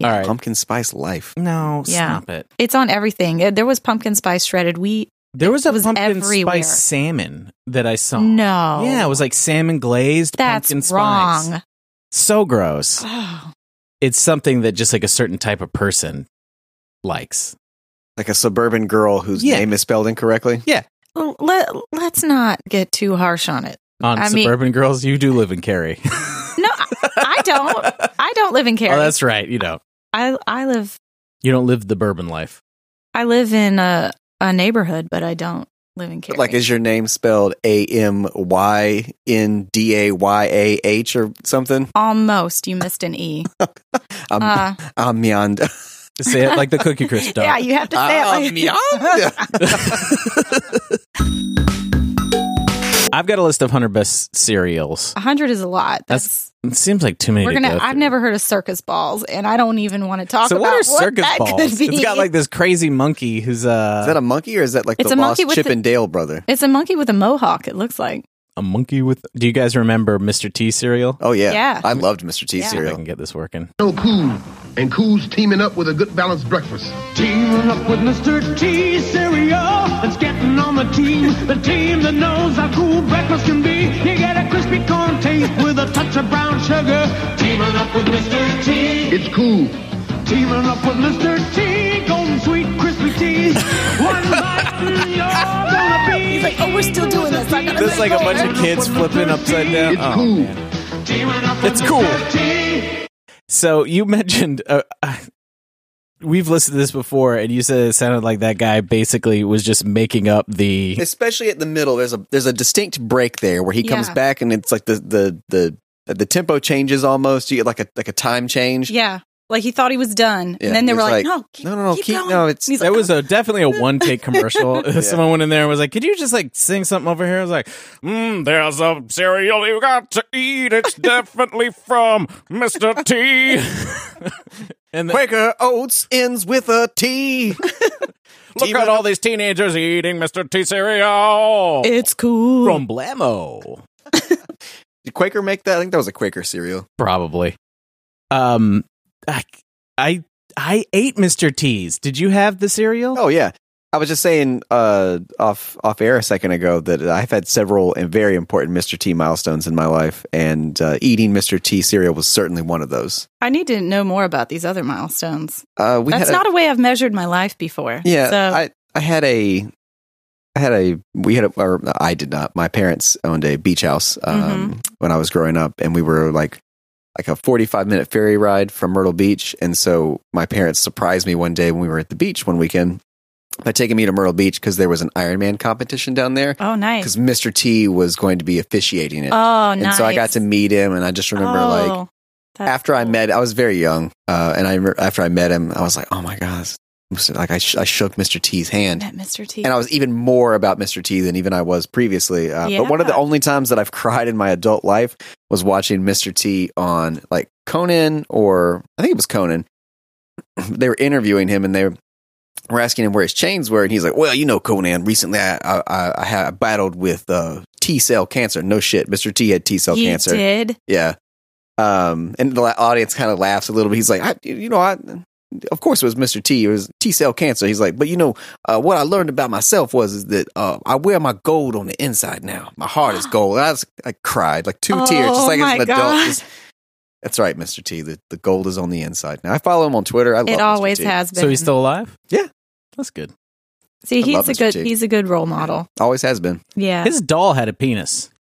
All right.
pumpkin spice life.
no,
Yeah.
stop it.
it's on everything. Uh, There was pumpkin spice shredded wheat.
There was a
was
pumpkin
everywhere.
spice salmon that I saw.
No,
Yeah, it was like salmon glazed
that's
pumpkin spice.
wrong.
So gross.
Oh,
It's something that just like a certain type of person likes.
Like a suburban girl whose
Yeah.
name is spelled incorrectly.
L- let let's not get too harsh on it.
On
I mean-
suburban girls, you do live in Cary.
No, I, I don't. I don't live in Cary.
Oh, that's right. You don't.
I I live
You don't live the bourbon life.
I live in a a neighborhood, but I don't live in Cary.
But like, is your name spelled A M Y N D A Y A H or something?
Almost, you missed an e.
Um,
Uh,
Amianda.
Just say it like the Cookie Crisp dog.
yeah, you have to say
Um,
it. Like,
I've got a list of 100 best cereals.
hundred is a lot. That's,
It seems like too many
we're
to
gonna.
go
I've
through.
never heard of circus balls, and I don't even want to talk
so
about
what are circus
that
balls?
could be.
It's got like this crazy monkey who's uh,
Is that a monkey or is that like
It's a
the lost
monkey with
Chip
the-
and Dale brother?
it's a monkey with a mohawk. It looks like
a monkey with. Do you guys remember Mr. T cereal?
Oh yeah,
Yeah.
I loved Mr. T
Yeah.
See if I
cereal.
can get this working.
No cool. And cool's teaming up with a good balanced breakfast.
Teaming up with Mr. T cereal. It's getting on the team. The team that knows how cool breakfast can be. You get a crispy corn taste with a touch of brown sugar. Teaming up with Mr. T.
It's cool.
Teaming up with Mr. T. Golden sweet crispy tea. One bite and you're gonna be. He's like, oh, we're still doing this. I
This is like a bunch of kids flipping upside down.
It's
Oh,
cool.
man.
Teaming up with
It's cool.
Mr. T.
So you mentioned uh, uh, we've listened to this before, and you said it sounded like that guy basically was just making up the.
Especially at the middle, there's a there's a distinct break there where he comes
Yeah.
back and it's like the the the the tempo changes almost. You get like a like a time change.
yeah. Like he thought he was done,
Yeah,
and then they
he
were
was
like,
like,
"No, keep,
No, no, no,
keep
keep,
going."
no. It's
And he's
That
like,
was a definitely a one take commercial. Someone went in there and was like, "Could you just like sing something over here?" I was like, mm, "There's a cereal you got to eat. It's definitely from Mister T." and then,
Quaker Oats ends with a T.
look at all these teenagers eating Mister T cereal
"It's cool."
from Blamo.
Did Quaker make that? I think that was a Quaker cereal.
Probably. Um, I, I I ate Mister T's. Did you have the cereal?
Oh yeah. I was just saying uh, off off air a second ago that I've had several and very important Mr. T milestones in my life, and uh, eating Mr. T cereal was certainly one of those.
I need to know more about these other milestones.
Uh, we
That's
had a-
not a way I've measured my life before.
Yeah,
So
I I had a I had a we had a or I did not. My parents owned a beach house um,
Mm-hmm.
when I was growing up, and we were like like a forty five minute ferry ride from Myrtle Beach. And so my parents surprised me one day when we were at the beach one weekend by taking me to Myrtle Beach because there was an Ironman competition down there
oh, nice.
because Mr. T was going to be officiating it.
Oh,
and
nice.
so I got to meet him, and I just remember like
Oh, that's
after I
cool.
met, I was very young, uh, and I remember after I met him, I was like, "Oh my gosh!" Like I, sh- I shook Mr. T's hand,
met Mr. T.
and I was even more about Mr. T than even I was previously. Uh, But one of the
Yeah.
only times that I've cried in my adult life was watching Mr. T on like Conan, or I think it was Conan. they were interviewing him, and they were asking him where his chains were, and he's like, "Well, you know, Conan. Recently, I I, I, I had battled with uh, T cell cancer. No shit, Mr. T had T cell
you
cancer.
did.
Yeah. Um, and the la- audience kind of laughs a little bit. He's like, I, you know, I, of course it was Mr. T. It was T cell cancer. He's like, but you know, uh, what I learned about myself was is that uh, I wear my gold on the inside now. My heart is gold. And I just I cried like two
Oh,
tears, just like
my
as an adult.
God.
Just- that's right, Mr. T. The, the gold is on the inside. Now I follow him on Twitter. I love
It
Mr.
always
T.
has been.
So he's still alive?
Yeah.
That's good.
See,
I love
he's a good.
Mr. T.
He's a good role model.
always has been.
Yeah.
His doll had a penis. Did you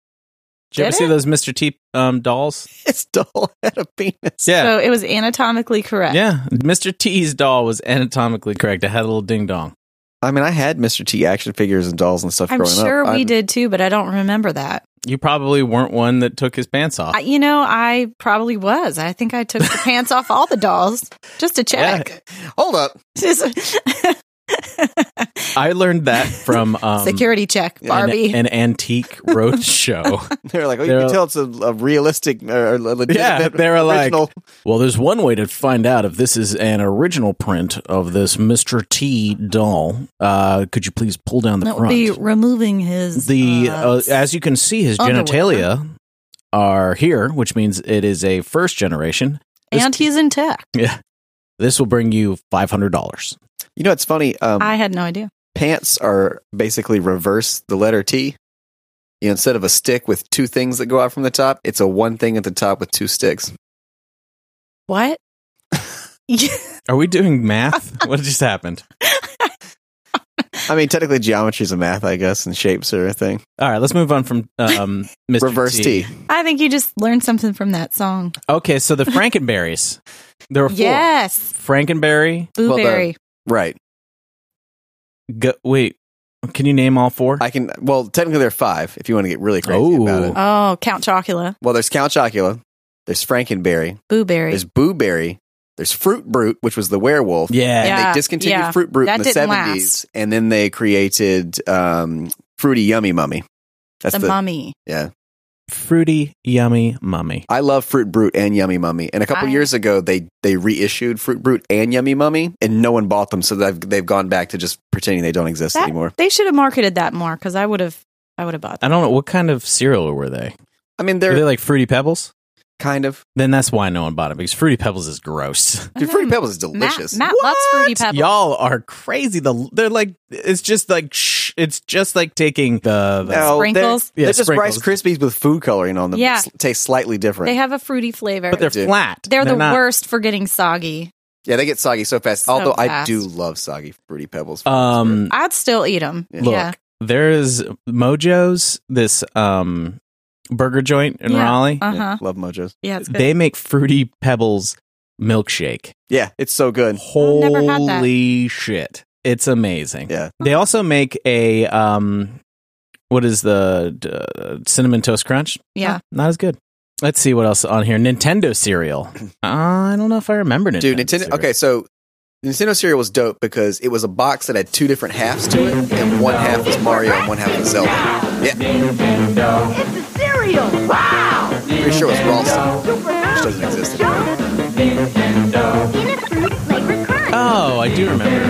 Did
ever see
it?
those Mr. T um, dolls?
It's dull at a penis.
Yeah.
So it was anatomically correct.
yeah. Mr. T's doll was anatomically correct. It had a little ding dong.
I mean, I had Mr. T action figures and dolls and stuff
I'm
growing
sure
up.
we
I'm-
did too, but I don't remember that.
You probably weren't one that took his pants off.
I, you know, I probably was. I think I took the pants off all the dolls just to check.
Hold up.
Just-
I learned that from um,
Security check,
an-
Barbie.
An, antique road show.
They're like, oh, you
They're-
can tell it's a, a realistic uh, or a legitimate
Yeah, they were like-
original.
well, there's one way to find out if this is an original print of this Mr. T doll. Uh, could you please pull down the
that would
front?
be Oh, removing his
the uh,
s-
as you can see his
underwear.
genitalia are here which means it is a first generation
and he's intact.
yeah this will bring you $500
You know, it's funny. Um,
I had no idea.
pants are basically reverse the letter T. You know, instead of a stick with two things that go out from the top, it's a one thing at the top with two sticks.
What?
are we doing math what just happened
I mean, technically, geometry's a math, I guess, and shapes are a thing.
all right let's move on from um Mr.
Reverse T.
I think you just learned something from that song.
okay so the frankenberries there were four
Yes,
frankenberry
Well, the-
blueberry.
Right.
go- wait can you name all four
I can, well, technically, there are five if you want to get really crazy
Oh.
about it.
oh, Count Chocula,
Well, there's Count Chocula, there's Frankenberry,
blueberry.
there's Boo Berry, there's Fruit Brute, which was the werewolf.
yeah,
Yeah.
and they discontinued
yeah.
Fruit Brute
That
in the
didn't
seventies, and then they created um, Fruity Yummy Mummy. That's
the,
the,
mummy.
yeah.
fruity yummy mummy
I love Fruit Brute and Yummy Mummy. And a couple
I-
years ago, they they reissued Fruit Brute and Yummy Mummy, and no one bought them, so they've they've gone back to just pretending they don't exist
That-
anymore.
They should have marketed that more because I would have. I would have bought. That.
i don't know what kind of cereal were they
I mean,
were
they're
they like fruity pebbles
kind of
then that's why no one bought it because fruity pebbles is gross
dude. Fruity Pebbles is
Mm-hmm. Matt,
delicious.
Matt loves fruity pebbles.
Y'all are crazy. The they're like it's just like shh, it's just like taking the, the-
No, they're-
Sprinkles?
Yeah,
They're, just
sprinkles.
Rice Krispies with food coloring on them.
Yeah.
S- taste slightly different.
They have a fruity flavor.
but they're
Dude.
flat.
They're the
not-
worst for getting soggy.
yeah, they get soggy so fast.
So
Although I
fast.
do love soggy Fruity Pebbles.
Um,
I'd still eat them.
Yeah.
look,
yeah.
there is Mojo's this um burger joint in
Yeah.
Raleigh.
Uh
Yeah,
huh.
love mojos.
Yeah, it's good.
they make fruity pebbles milkshake.
Yeah, it's so good.
I've never had that.
Holy shit! It's amazing.
Yeah.
They also make a um, what is the uh, cinnamon toast crunch?
yeah.
Not as good. Let's see what else on here. Nintendo cereal. I don't know if I remember Nintendo.
Dude, Nintendo.
cereal.
Okay, so Nintendo cereal was dope because it was a box that had two different halves to it, and one half was Mario and one half was Zelda. Yeah,
It's a cereal! Wow!
pretty sure it was Ralston.
Super Which
doesn't exist
Peanut fruit flavored crunch.
Oh, I do remember.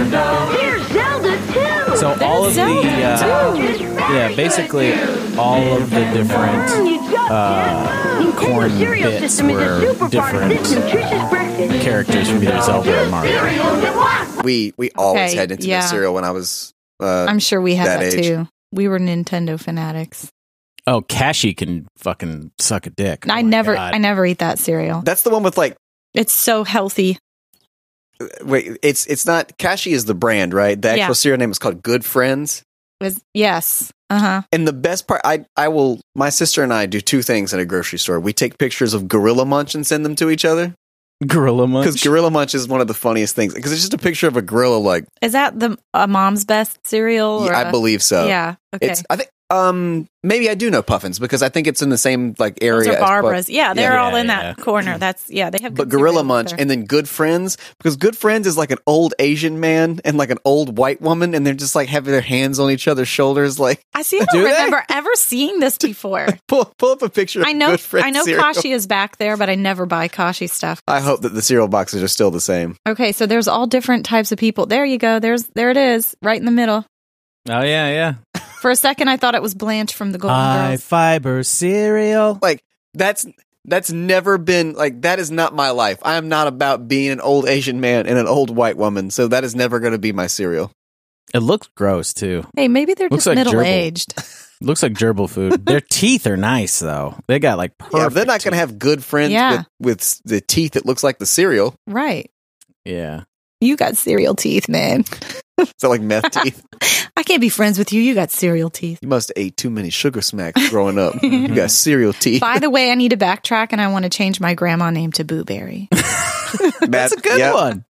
Here's Zelda too!
So all of the
Zelda,
uh,
It's very
yeah, basically all of the
good.
different
You just
uh,
can't- Nintendo
corn
cereal
bits
system is a
were
super part of this
different
nutritious breakfast.
characters from either Zelda or Mario.
Cereals in one.
We we always
Okay,
had Nintendo
yeah.
cereal when I was. Uh,
I'm sure we had
that
that,
age.
too. We were Nintendo fanatics.
Oh, Kashi can fucking suck a dick.
I
Oh my
never,
God.
I never eat that cereal.
that's the one with like
It's so healthy.
wait it's it's not Kashi is the brand right the actual
Yeah.
cereal name is called Good Friends
Was yes, uh huh.
And the best part, I I will. My sister and I do two things at a grocery store. We take pictures of Gorilla Munch and send them to each other
Gorilla
because
Munch.
Gorilla Munch is one of the funniest things. Because it's just a picture of a gorilla. Like
Is that the a mom's best cereal? Or
I
a-
believe so.
Yeah. Okay.
It's I think um maybe I do know Puffins because I think it's in the same like area.
Those are
as Puff-
Barbara's. Yeah, they're
Yeah,
all in
yeah,
that corner. That's yeah. They have
But
good
Gorilla
cereals
Munch
there.
and then Good Friends because Good Friends is like an old Asian man and like an old white woman and they're just like having their hands on each other's shoulders like
I see. I
Do
don't
they?
remember ever seeing this before.
pull pull up a picture. Of
I know.
Good Friends
I know
cereal.
Kashi is back there, but I never buy Kashi stuff.
I hope that the cereal boxes are still the same.
Okay, so there's all different types of people. There you go. There's there it is, right in the middle.
Oh yeah, yeah.
For a second, I thought it was Blanche from the Golden
High
Girls.
fiber cereal.
like that's that's never been like that is not my life. I am not about being an old Asian man and an old white woman, so that is never going to be my cereal.
It looks gross too.
Hey, maybe they're
Looks
just
like gerbil.
middle aged.
Looks like gerbil food. Their teeth are nice though. They got like perfect.
Yeah, if they're not going to have good friends
Yeah.
with, with s- the teeth that looks like the cereal.
Right.
Yeah.
You got cereal teeth, man.
So like meth teeth.
I can't be friends with you. You got cereal teeth.
You must have ate too many sugar smacks growing up. you got cereal teeth.
By the way, I need to backtrack and I want to change my grandma name to Boo Berry.
That's a good
yep,
one.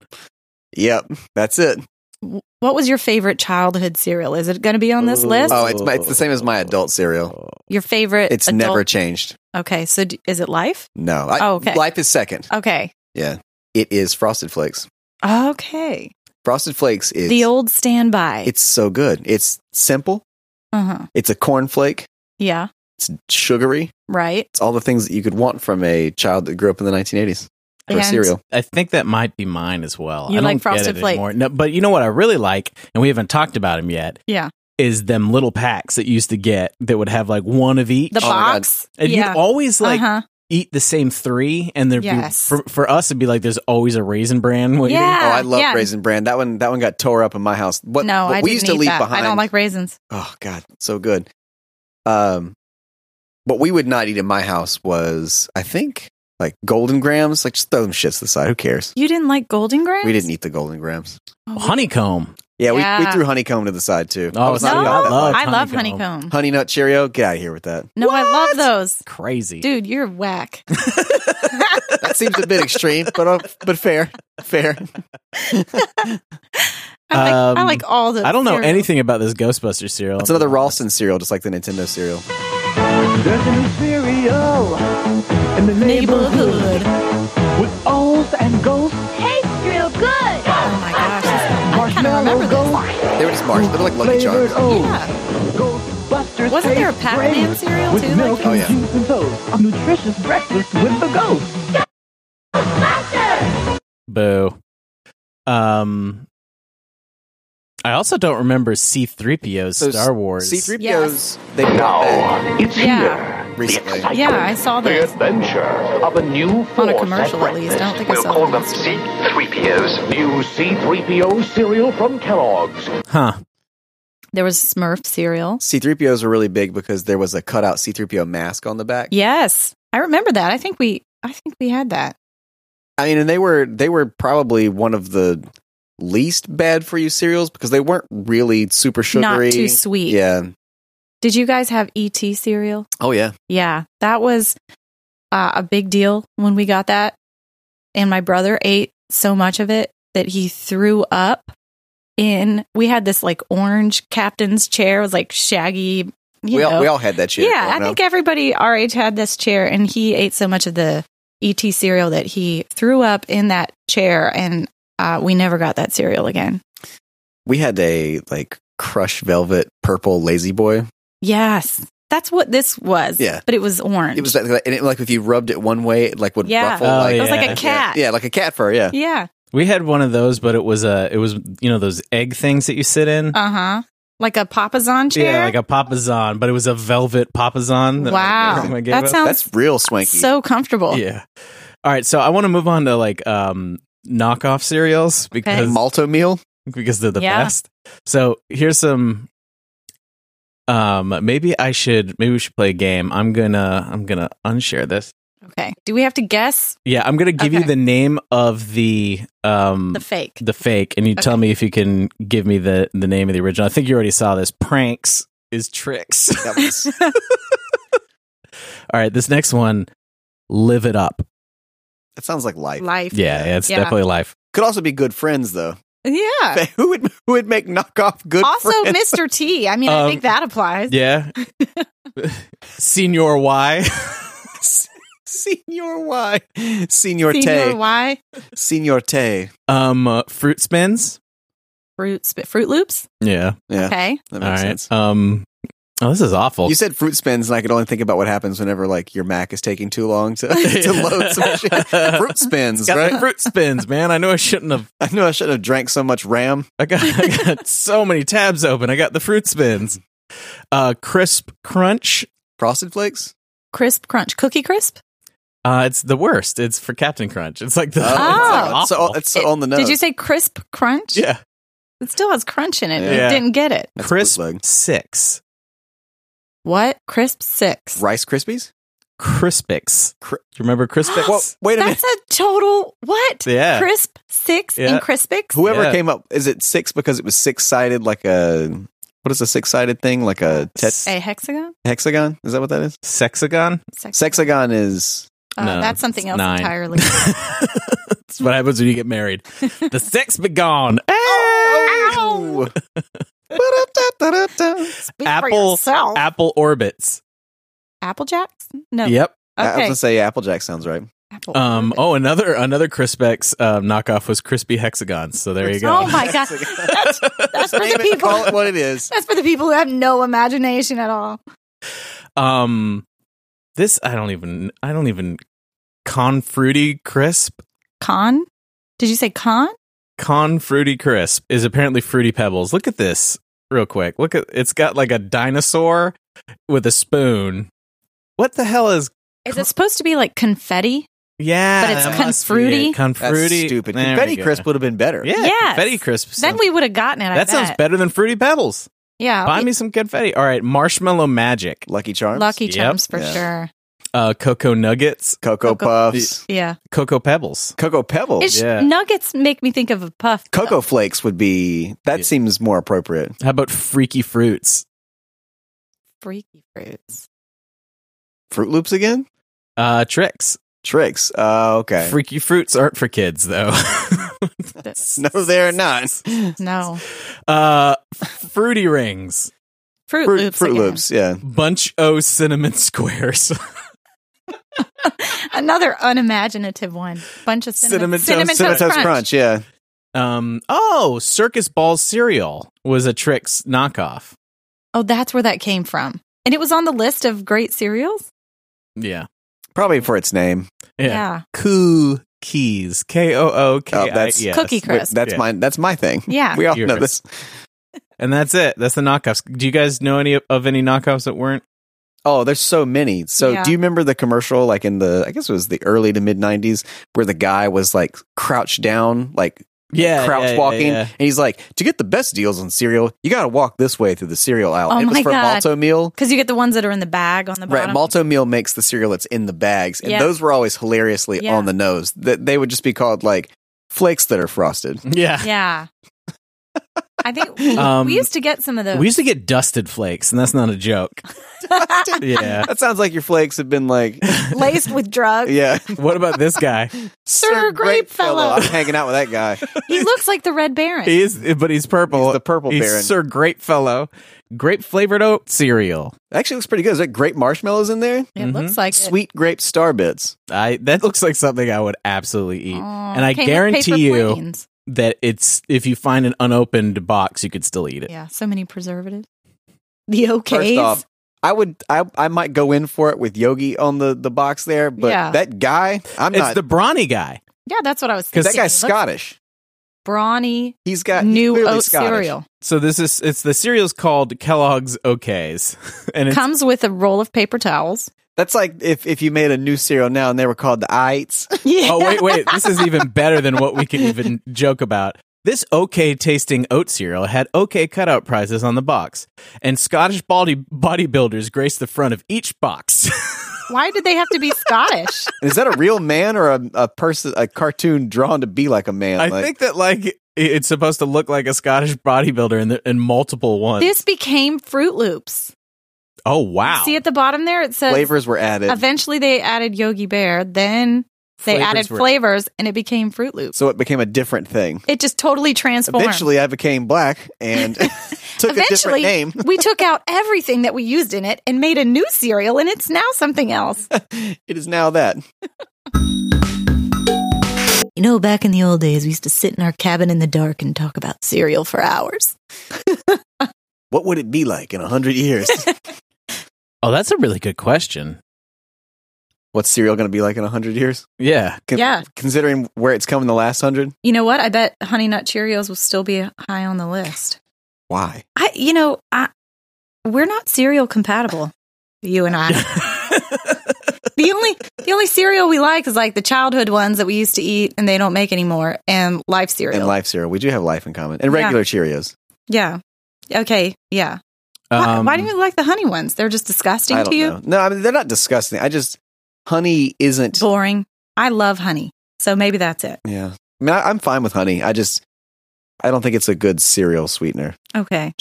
Yep, that's it.
What was your favorite childhood cereal? Is it going to be on this
Ooh.
list?
Oh, it's, my, it's the same as my adult cereal.
Your favorite?
It's
Oh. adult-
never changed.
Okay, so d- is it Life?
No, I,
Oh, okay.
life is second.
Okay.
Yeah, it is Frosted Flakes.
Okay.
Frosted Flakes is
the old standby.
It's so good. It's simple.
uh-huh.
It's a cornflake.
Yeah.
It's sugary.
Right.
It's all the things that you could want from a child that grew up in the 1980s for
And-
cereal.
I think that might be mine as well.
You
I
like
don't get
Frosted
it
Flake.
anymore. No, but you know what I really like, and we haven't talked about them yet,
Yeah.
is them little packs that you used to get that would have like one of each.
The
Oh my God.
box.
and
yeah.
you'd always like
uh-huh.
eat the same three, and there'd be
Yes.
for, for us it'd be like there's always a raisin bran waiting.
Yeah.
oh, I love
yeah.
raisin bran. That one that one got tore up in my house. What,
no,
what
I
we
didn't
used to
eat
leave
that.
behind.
I don't like raisins.
oh god, so good. Um what we would not eat in my house was I think like golden grams, like just throw them shits to the side. Who cares?
You didn't like Golden Grams?
We didn't eat the golden grams.
Honeycomb.
Yeah, We, we
Yeah.
threw honeycomb to the side too.
Oh,
was
no,
not about
I
that
love
life.
I love
honeycomb.
honeycomb.
honey nut Cheerio. Get out of here with that.
No, I love those.
Crazy.
Dude, you're whack.
That seems a bit extreme, but uh, but fair, fair.
I like, I
Um,
like all the.
I don't know
cereals.
anything about this Ghostbuster cereal.
It's another Ralston cereal, just like the Nintendo cereal.
There's a new cereal in the neighborhood
Neighborhood. Oh
with owls and ghosts,
Tastes real good!
Oh my gosh. this- I kind of remember
marshmallow
this.
ghosts,
They were just marsh. They were like Lucky
flavored
Charms.
oh,
oats.
Yeah.
Ghostbusters
Wasn't there a
taste
Pac-Man
great
cereal
with
too, like
milk
that?
and
Oh, yeah.
juice and toast. A nutritious breakfast with the ghost.
Boo. Um, I also don't remember C-3PO's
So
Star Wars.
C3PO's,
Yes.
they brought back
It's
Yeah.
recently.
Yeah, I saw
the
this.
adventure of a new force
On a commercial,
at
at least. I don't think I
We'll
saw
call
it.
them C-3POs. New C-3PO cereal from Kellogg's.
Huh.
There was Smurf cereal.
C3PO's were really big because there was a cutout C3PO mask on the back.
Yes, I remember that. I think we, I think we had that.
I mean, and they were they were probably one of the least bad for you cereals because they weren't really super sugary.
Not too sweet.
Yeah.
Did you guys have ET cereal?
Oh yeah.
Yeah, that was uh, a big deal when we got that, and my brother ate so much of it that he threw up. In we had this like orange captain's chair. It was like shaggy you
we all,
know.
we all had that shit.
yeah, I think everybody our age had this chair, and he ate so much of the ET cereal that he threw up in that chair, and uh, we never got that cereal again.
we had a like crush velvet purple lazy boy.
Yes, that's what this was.
Yeah.
but it was orange.
It was like, and it, like if you rubbed it one way, it like would
Yeah.
ruffle.
Oh,
like,
It was like a
yeah.
cat.
Yeah, like a cat fur. Yeah,
yeah,
We had one of those, but it was a it was you know those egg things that you sit in.
uh huh, like a papasan chair.
yeah, like a papazon, but it was a velvet papazon. that my
Wow.
grandma gave
That
us.
sounds
that's real swanky.
so comfortable.
yeah. All right, so I want to move on to like um knockoff cereals because
Malto meal.
because they're the
Yeah.
best. So here's some. Um, maybe I should maybe we should play a game. I'm gonna I'm gonna unshare this.
Okay, do we have to guess
Yeah, I'm gonna give you
Okay.
the name of the um
the fake?
the fake, and you tell me if you can give me the the name of the original. I think you already saw this. Pranks is tricks.
That was
All right, this next one, live it up.
that sounds like life.
Life.
Yeah, yeah it's
Yeah.
definitely life.
Could also be good friends though.
Yeah.
who would who would make knockoff good?
Also,
friends?
Mr. T. I mean, I
Um,
think that applies.
Yeah, Senior Y.
Senior Y, Senior
Senior
Tay,
Y.
Senior Tay.
Um, uh, fruit spins.
Fruit, sp- fruit Loops.
Yeah,
Yeah,
Okay.
that
all
makes
right.
sense.
Um, oh, this is awful.
You said fruit spins, and I could only think about what happens whenever like your Mac is taking too long to, to load some shit. Fruit spins,
got
right?
the fruit spins, man. I know I shouldn't have.
I know I shouldn't have drank so much RAM.
I got, I got so many tabs open. I got the fruit spins. Uh, crisp crunch.
Frosted Flakes.
Crisp Crunch. Cookie Crisp.
Uh, it's the worst. It's for Captain Crunch. It's like the
Oh.
it's, so, uh, it's so on the nose.
Did you say Crisp Crunch?
yeah.
It still has crunch in it.
Yeah.
You didn't get it.
That's
crisp
bootleg.
six.
What? Crisp 6.
Rice Krispies?
Crispix.
Cri-
Do you remember Crispix?
Whoa, wait a minute.
That's a total what?
Yeah.
Crisp 6
Yeah.
and Crispix?
Whoever
Yeah.
came up, is it six because it was six sided? Like a what is a six sided thing? Like a tet-
A hexagon?
hexagon? Is that what that is?
Sexagon?
Sexagon is
Oh,
No,
that's something
it's
else
nine.
entirely.
That's what happens when you get married. the sex begone.
Oh! Ba-da-da-da-da-da.
Speak for
Apple-
oh.
yourself.
Apple orbits.
Apple Jacks? No.
Yep.
I was
Okay.
gonna say Applejack sounds right.
Apple
Um,
Orbit.
oh, another another Crispex um, knockoff was crispy hexagons. So there you go.
Oh my god. That's, that's for
Name
the
it,
people.
call it what it is.
That's for the people who have no imagination at all.
Um, this I don't even I don't even con fruity crisp
Con? Did you say con?
con fruity crisp is apparently fruity pebbles. Look at this real quick. Look at it's got like a dinosaur with a spoon. What the hell is
Is it supposed to be like confetti?
yeah?
But it's
that
con
must be
fruity?
it. Con
That's
fruity.
stupid.
There we
Confetti
go.
crisp would have been better.
Yeah,
Yes.
confetti crisp.
Then we would have gotten it. I
that sounds
bet.
better than fruity pebbles.
Yeah.
Buy
we-
me some confetti. All right, marshmallow magic.
Lucky Charms,
Lucky
Yep.
Charms for
Yeah.
sure.
Uh, cocoa nuggets.
Cocoa,
Cocoa-
Puffs,
Yeah.
Cocoa pebbles.
Cocoa Pebbles,
It's-
yeah.
Nuggets make me think of a puff.
Cocoa Flakes would be. That
Yeah.
seems more appropriate.
How about freaky fruits?
Freaky fruits.
Fruit Loops again?
Uh, tricks.
Tricks. Uh, okay.
Freaky fruits aren't for kids though.
That's-
no, they're not.
No.
uh, fruity rings.
Fruit,
Fruit,
Loops.
Fruit
again.
Loops. Yeah.
bunch o cinnamon squares
Another unimaginative one. Bunch of cinnamon,
Cinnamon Toast-
Cinnamon Toast Crunch.
Crunch.
Yeah.
um oh circus ball cereal was a tricks knockoff
Oh, that's where that came from. And it was on the list of great cereals?
yeah
Probably for its name.
yeah, Cookies. k-o-o-k-i-e-s
Oh, that's-
Cookie
Wait,
Crisp.
that's
Yeah.
mine. That's my thing.
Yeah.
We all
You're
know
Chris.
this.
and that's it that's the knockoffs do you guys know any of- of any knockoffs that weren't
Oh, there's so many. So,
Yeah.
do you remember the commercial, like in the, I guess it was the early to mid 90s, where the guy was like crouched down, like
yeah
crouch walking? And he's like, to get the best deals on cereal, you got to walk this way through the cereal aisle.
Oh
And it was
my
for
God.
Malto Meal.
Because you get the ones that are in the bag on the bottom.
Right, Malto Meal makes the cereal that's in the bags, and
Yeah.
those were always hilariously
Yeah.
on the nose. That they would just be called like flakes that are frosted.
yeah,
Yeah. I think we,
Um,
we used to get some of those.
we used to get dusted flakes and that's not a joke yeah
That sounds like your flakes have been like,
laced with drugs.
yeah,
what about this guy
Sir Grape Fellow.
I'm hanging out with that guy.
He looks like the Red Baron.
he is but he's purple
He's the purple
He's
baron.
sir great fellow grape flavored oat cereal.
Actually, looks pretty good. Is that grape marshmallows in there?
It looks like it.
Sweet grape star bits.
I that looks like something I would absolutely eat.
Aw,
and I
it came with paper
guarantee you
planes.
that it's if you find an unopened box, you could still eat it.
Yeah, so many preservatives. The
First
OKs.
off, I would I I might go in for it with Yogi on the the box there, but
Yeah.
that guy, I'm
it's
not.
the brawny guy.
yeah, that's what I was thinking.
that guy's
It looks
Scottish.
Brawny
He's got he's
new
clearly
oat
Scottish.
cereal.
So this is it's the cereal's called Kellogg's OKs, and it's
Comes with a roll of paper towels.
That's like if if you made a new cereal now and they were called the Ites.
Yeah.
oh wait wait this is even better than what we can even joke about this okay tasting oat cereal had okay cutout prizes on the box and scottish body bodybuilders graced the front of each box
Why did they have to be Scottish?
Is that a real man or a, a person a cartoon drawn to be like a man?
i
like,
think that like it- it's supposed to look like a scottish bodybuilder in, the, in multiple ones
this became Fruit Loops.
oh wow
See at the bottom there, it says
flavors were added.
Eventually, they added Yogi Bear. Then they
Flavors
added
were-
flavors, and it became Fruit Loops.
so it became a different thing.
It just totally transformed.
Eventually, I became black and took a different
Eventually,
name.
we took out everything that we used in it and made a new cereal, and it's now something else.
It is now that.
You know, back in the old days, we used to sit in our cabin in the dark and talk about cereal for hours.
What would it be like in a hundred years?
oh that's a really good question
What's cereal going to be like in a hundred years?
yeah
Con-
Yeah.
Considering where it's come in the last hundred,
You know what? I bet Honey Nut Cheerios will still be high on the list.
why?
I, you know, I, we're not cereal compatible, you and I. the only the only cereal we like is like the childhood ones that we used to eat and they don't make anymore, and life cereal.
And life cereal. We do have life in common. And
Yeah.
regular Cheerios.
yeah. Okay. Yeah. Why-
um,
why do you like the honey ones? They're just disgusting
I don't
to you.
know. No, I mean they're not disgusting. I just honey isn't.
Boring. I love honey, so maybe that's it.
Yeah. I mean I, I'm fine with honey. I just I don't think it's a good cereal sweetener.
Okay.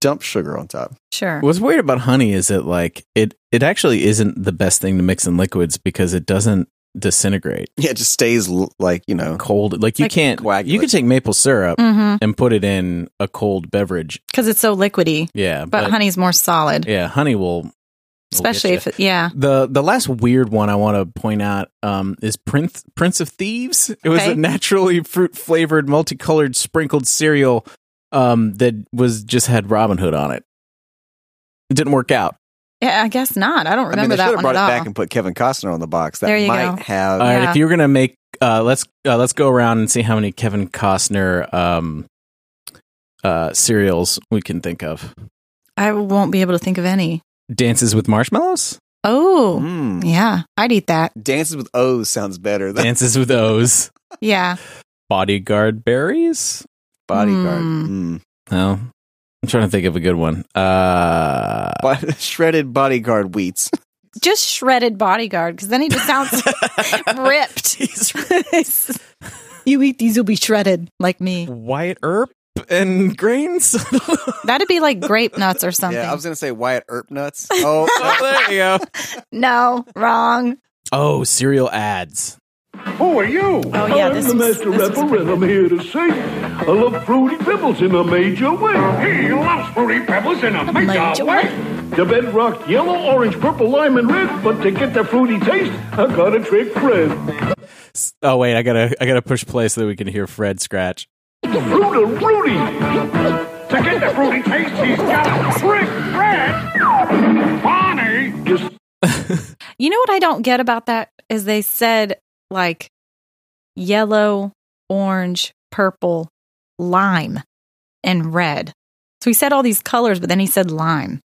Dump sugar on top.
Sure.
What's weird about honey is that like it it actually isn't the best thing to mix in liquids because it doesn't disintegrate
Yeah, it just stays l- like you know.
cold. Like you
Like-
can't you
Coagulate.
could take maple syrup
Mm-hmm.
and put it in a cold beverage.
Because it's so liquidy,
Yeah,
but, honey's more solid,
yeah, honey will will get
especially
ya.
if it, yeah.
the the last weird one I want to point out um, is Prince Prince of Thieves. It was a
Okay.
naturally fruit flavored, multicolored, sprinkled cereal um, that was just had Robin Hood on it. It didn't work out.
Yeah, I guess not. I don't
I mean,
remember
they should
that
have
one
brought
at
it
all.
back and put Kevin Costner on the box. That
There you
might
go.
have.
All right,
Yeah.
if you're gonna make, uh, let's uh, let's go around and see how many Kevin Costner um, uh, cereals we can think of.
I won't be able to think of any.
Dances with marshmallows.
Oh,
Mm.
yeah. I'd eat that.
Dances with O's sounds better than
Dances with O's.
Yeah.
Bodyguard berries.
Bodyguard.
Mm.
Mm.
No, I'm trying to think of a good one. Uh,
Bo- shredded bodyguard wheats.
Just shredded bodyguard because then he just sounds ripped. you eat these, you'll be shredded like me.
Wyatt Earp and grains.
That'd be like grape nuts or something.
Yeah, I was gonna say Wyatt Earp nuts. Oh,
oh, there you go.
no, wrong.
Oh, cereal ads.
Who are you?
Oh, yeah, this
I'm the
was-
master
this was
rapper, and I'm here to sing. I love fruity pebbles in a major way. He loves fruity pebbles in a
major major way.
The bedrock yellow, orange, purple, lime, and red. But to get the fruity taste, I got a trick Fred.
Oh wait, I gotta I gotta push play so that we can hear Fred scratch.
The fruit of fruity. to get the fruity taste, he's got a trick Fred. Bonnie. Just
You know what I don't get about that is they said like yellow, orange, purple, lime, and red. So he said all these colors, but then he said lime.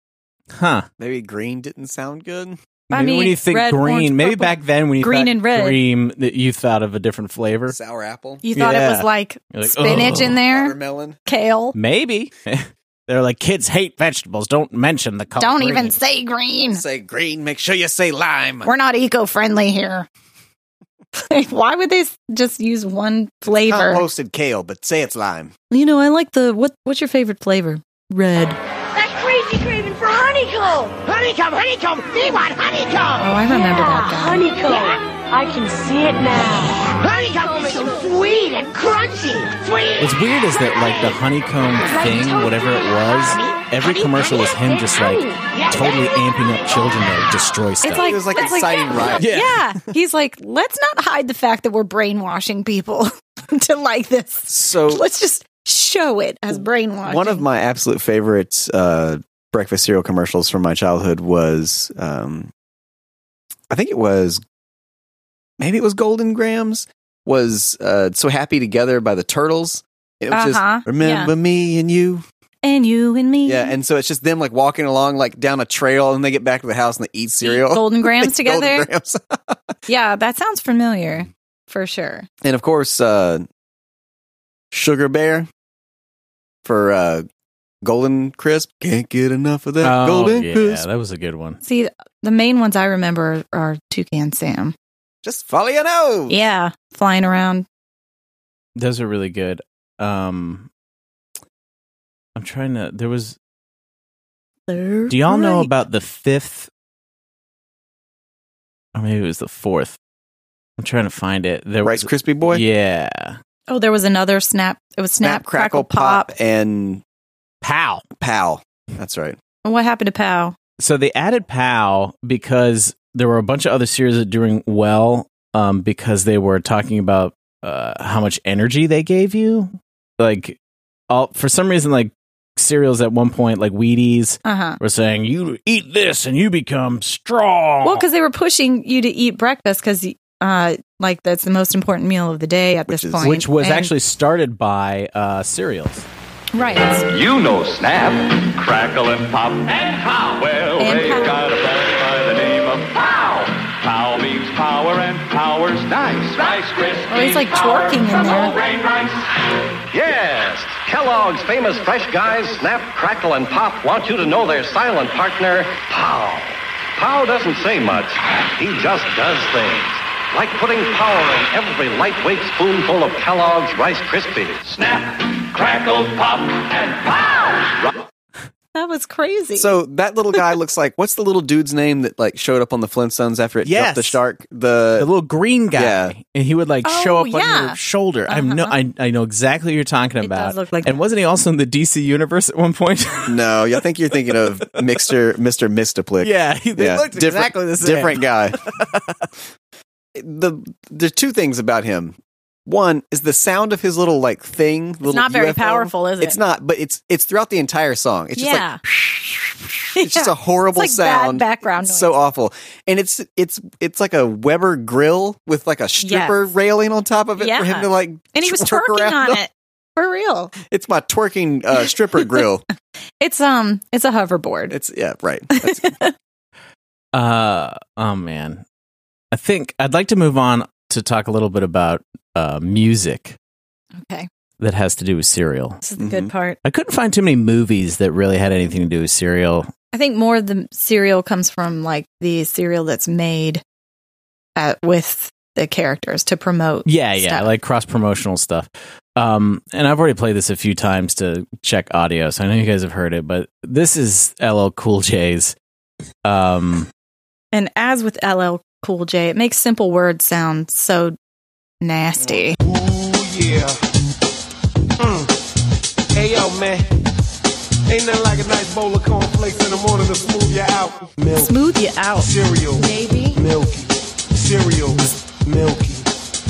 Huh.
maybe green didn't sound good.
I
Maybe when
mean,
you think
red,
green,
orange,
maybe
purple,
back then when you
green
thought
and red.
green, that you thought of a different flavor.
Sour apple,
You thought it
Yeah.
was like,
You're like,
spinach
"Oh."
in there,
watermelon.
kale.
Maybe they're like kids hate vegetables. Don't mention the color.
Don't
green."
even say green.
Say green. Make sure you say lime.
We're not eco friendly here. Like, Why would they s- just use one flavor?
Composted kale, but say it's lime.
You know, I like the what. What's your favorite flavor? Red. Oh,
That crazy craving for honeycomb. Honeycomb, honeycomb. We want honeycomb.
Oh, I remember that guy.
Honeycomb. I can see it now. Honeycomb is so sweet and crunchy. Sweet.
What's weird is that like the honeycomb thing, whatever it was, every commercial was him just like totally amping up children to destroy stuff.
It's like,
It was like
it's like
exciting ride.
Yeah.
yeah. He's like, let's not hide the fact that we're brainwashing people to like this.
So
Let's just show it as brainwashing.
One of my absolute favorite uh, breakfast cereal commercials from my childhood was, um, I think it was, maybe it was Golden Grams. Was uh, so happy together by the Turtles. It was
Uh-huh,
just remember me and you.
and you and me.
Yeah, and so it's just them like walking along like down a trail, and they get back to the house and they eat cereal.
Golden
They
grams
eat Golden
together.
Grahams.
Yeah, that sounds familiar for sure.
and of course, uh, Sugar Bear for uh, Golden Crisp. Can't get enough of that
oh,
Golden
yeah,
Crisp.
that was a good one.
See, the main ones I remember are Toucan Sam.
Just follow your nose.
Yeah, flying around.
Those are really good. Um, I'm trying to. There was Do y'all all know about the fifth? Or maybe it was the fourth. I'm trying to find it. There
Rice
was,
Krispie Boy.
Yeah.
Oh, there was another snap. It was Snap, Crackle, Pop.
and
Pow.
Pal. That's right.
And What happened to Pow?
So they added Pow because there were a bunch of other series that were doing well um, because they were talking about uh, how much energy they gave you. Like, all, for some reason, like cereals at one point, like Wheaties,
Uh huh.
were saying, you eat this and you become strong.
Well, because they were pushing you to eat breakfast because, uh, like that's the most important meal of the day at
Which
this
is-
point.
which was
And-
actually started by uh, cereals.
right. it's-
You know Snap, Crackle and Pop and Pow. Well,
And
they've
Pow.
got a brand by the name of Pow. Pow means power and power's nice. Rice Krispies.
Oh, he's like
power
twerking in
from
there.
whole grain rice.
Yes, Kellogg's famous fresh guys, Snap, Crackle, and Pop want you to know their silent partner, Pow. Pow doesn't say much, he just does things. Like putting power in every lightweight spoonful of Kellogg's Rice Krispies.
Snap, Crackle, Pop and Pow.
That was crazy.
So that little guy looks like what's the little dude's name that like showed up on the Flintstones after it
Yes.
jumped the shark? The,
the little green guy,
Yeah.
and he would like
Oh,
show up on
yeah. Uh-huh.
your shoulder. I know, I, I know exactly what you're talking
It does
about.
look like
and
that.
wasn't he also in the DC universe at one point?
no, I think you're thinking of Mixer, Mr. Mistaplick.
yeah, he, they looked
different-
exactly the same.
Different guy. the there's two things about him. One is the sound of his little like thing.
it's not very powerful, is it?
It's not, but it's it's throughout the entire song. It's just like
yeah.
it's just a horrible
It's like bad
sound
background
It's
noise.
so awful and it's it's it's like a weber grill with like a stripper
Yes.
railing on top of it for him
Yeah.
to like
and he was
twerk
twerking
around
on it for real.
it's my twerking uh, stripper grill
It's um, it's a hoverboard.
it's yeah right That's-
Uh, oh man, I think I'd like to move on to talk a little bit about uh, music
okay,
that has to do with cereal.
this is the
Mm-hmm.
good part.
I couldn't find too many movies that really had anything to do with cereal.
I think more of the cereal comes from like the cereal that's made at, with the characters to promote.
Yeah, yeah,
stuff.
like cross promotional stuff. Um, and I've already played this a few times to check audio, so I know you guys have heard it, but this is LL Cool J's. Um,
And as with LL Cool J, it makes simple words sound so nasty.
yeah. Mm. Hey yo, man. Ain't nothing like a nice bowl of cornflakes in the morning to smooth you out. Milk,
Smooth you out.
cereal,
Baby.
milky, cereal, milky,
like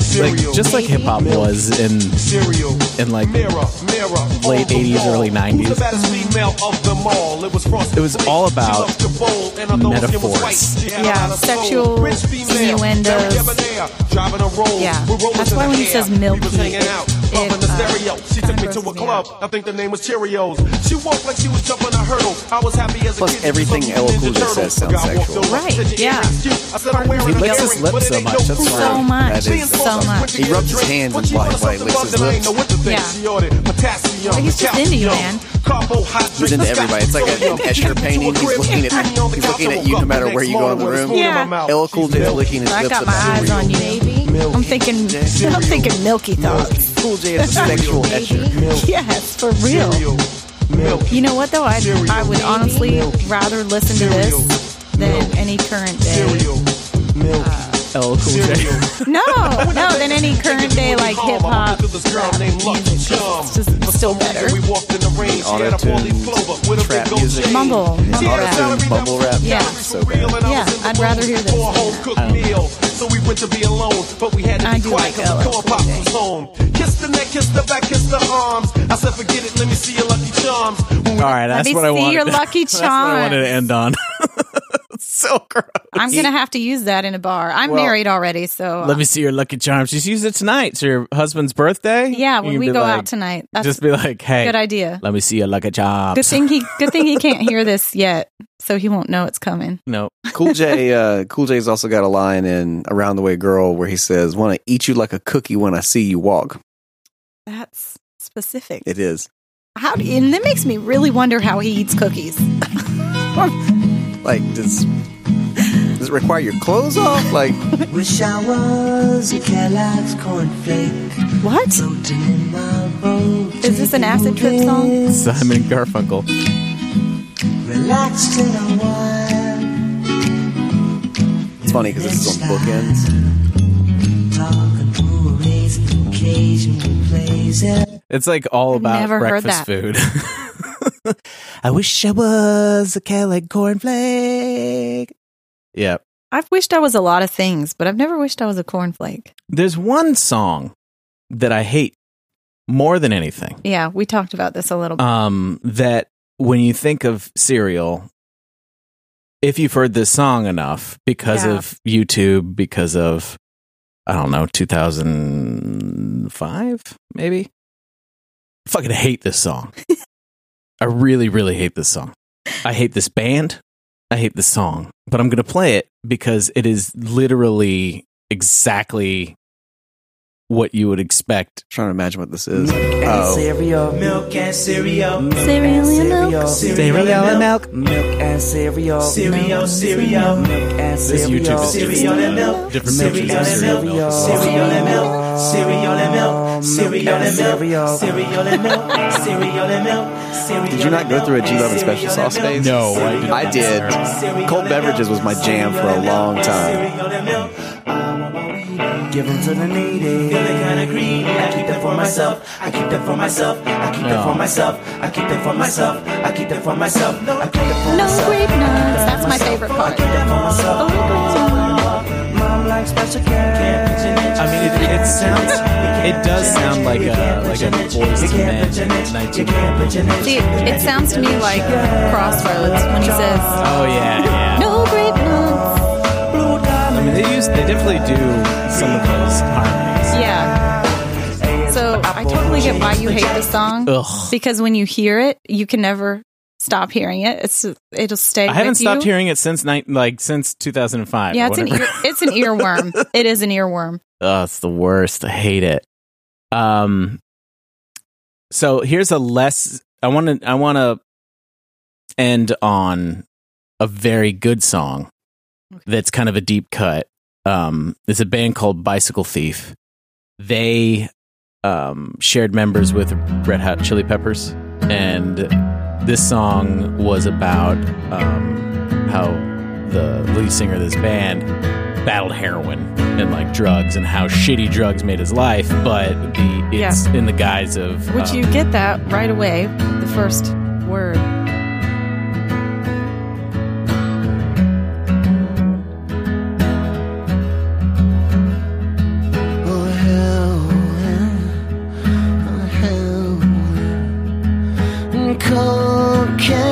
cereal,
just like hip hop was in
cereal.
in like
Mirror, mirror,
late
on the
80s,
wall.
early 90s.
Who's the baddest female of them all? It was Frosty
It was
Flakes.
all
She
about
loved the bowl, and her nose was
metaphors.
white. She had a
Yeah,
lot of soul.
sexual
Rich female,
innuendos.
very debonair, driving a roll.
Yeah.
With rollers
That's
in
why
her
when he
hair.
says
We was
milky,
hanging out,
it-
bumping the
uh,
stereo. She took
kinda
me to a
grosses me
club.
out.
I think the name was Cheerios. She walked like she was jumping a hurdle. I was happy as a
Plus
kid.
everything
She was
LL Cool J
Ninja Turtle.
says sounds
A guy walked
sexual.
over,
Right,
said, "Your
yeah.
earring's cute." I said, "I'm wearing
He
an
licks his
earring,
lips
but it
so
ain't
much,
no
that's
fruit
why.
So much.
That is
so much.
He rubs his hands
When she
and
wanted
white- white
something
licks his
bubbling, I ain't
lips.
know what to think.
Yeah.
She ordered potassium,
He's just
calcium,
into you, man.
carbohydrates,
He's into everybody. It's like an
sodium.
Escher painting. He's looking at- he's looking at you no matter where you go in the room.
Yeah.
LL Cool J is licking his
I
lips
got
at
my
that.
eyes on you. I'm thinking, I'm thinking milky thoughts.
Cool J is a sexual Escher
Yes, for real.
Milky.
You know what though? I I would honestly rather listen to this than any current day
Milky.
L. Cool J.
No, no, than any current day like hip hop rap music. It's just still better.
auto-tune, trap music,
Mumble, mumble rap.
auto-tune, mumble rap.
Yeah.
So bad.
Yeah, I'd rather hear this. than that. I do like L. Cool J.
All right,
Let
that's
me
what I
see
wanted.
your lucky
that's what I wanted to end on. so gross.
I'm gonna have to use that in a bar. I'm
Well,
married already, so
Let me see your lucky charm. She's used it tonight. It's your husband's birthday.
um, yeah. When
You can
we
be
go
like-
out tonight, that's
just be like, hey,
a good idea.
let me see your lucky charm.
Good thing he, good thing he can't hear this yet, so he won't know it's coming.
No,
Cool J, uh, Cool J's also got a line in Around the Way Girl where he says, "Want to eat you like a cookie when I see you walk."
That's specific.
It is
How do- and that makes me really wonder how he eats cookies.
like does does it require your clothes off? Like
Wish I was a Kellogg's cornflake
What
floating in my bowl.
is this an acid trip song?
Simon Garfunkel.
Relaxed in a while,
it's funny because this is on bookends.
talking to a raisin occasion plays it.
It's like all
I've
about
never heard
breakfast
that.
food. I wish I was a Kellogg's cornflake. Yeah,
I've wished I was a lot of things, but I've never wished I was a cornflake.
there's one song that I hate more than anything.
Yeah, we talked about this a little bit.
um, that when you think of cereal, if you've heard this song enough because
Yeah.
of YouTube, because of, I don't know, 2005, maybe? I fucking hate this song. I really, really hate this song. I hate this band. I hate this song, but I'm going to play it because it is literally exactly what you would expect.
trying to imagine what this is.
And
Oh,
cereal, milk and cereal, milk
Cereal and milk.
Cereal and milk.
milk and cereal, cereal, cereal, milk and
This
cereal,
YouTube is
cereal and milk.
different versions of cereal milk.
Cereal, cereal and milk, cereal and Oh, milk, cereal and milk, cereal and milk, cereal and milk, cereal.
did you not go through a G11 special sauce phase?
No, I did
I did. Cold beverages was my jam for a long time.
Give them to the needy. Feeling kind of greedy. I keep that for myself. I keep that for myself. I keep that for myself. I keep that for myself. I keep that for myself. No, I keep that for
No
myself.
grape nuts. That's my favorite
I
part.
keep that for myself. Mom likes special care.
I mean, it, it sounds, it does sound like a like a boys to men 19.
See, it sounds to me like Crossroads when he says,
Oh yeah, yeah.
"No grape nuts."
I mean, they use they definitely do some of those harmonies.
Yeah. So I totally get why you hate this song
Ugh.
because when you hear it, you can never stop hearing it. It's it'll stay.
I haven't
with
stopped
you.
hearing it since nine, like since 2005.
Yeah,
or
it's an e-
whatever.
ear, it's an earworm. it is an earworm.
Oh, it's the worst. I hate it. Um so here's a less I want to I want to end on a very good song that's kind of a deep cut. Um it's a band called Bicycle Thief. They um shared members with Red Hot Chili Peppers and this song was about um how the lead singer of this band battled heroin and like drugs and how shitty drugs made his life, but the it's in the guise of
Would
um,
you get that right away? The first word.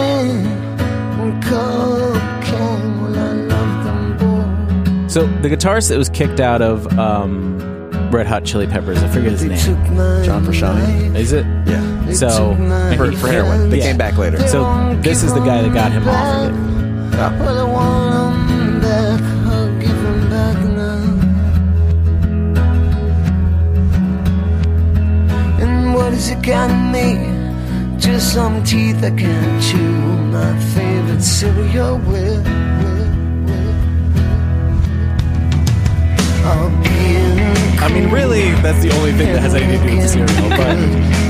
Cocaine, cocaine, well, I love them both.
So the guitarist that was kicked out of um, Red Hot Chili Peppers, I forget his name.
John Frusciante.
Is it?
Yeah,
So and
for,
he-
for heroin. They
Yeah.
came back later.
So this is the guy that got him off of it.
Well, I want 'em back. I'll give 'em back now. And what has it got me? Just some teeth I can't chew. My favorite cereal with. with, with. I'll be in
I mean, really, that's the only thing that has anything to do with cereal, but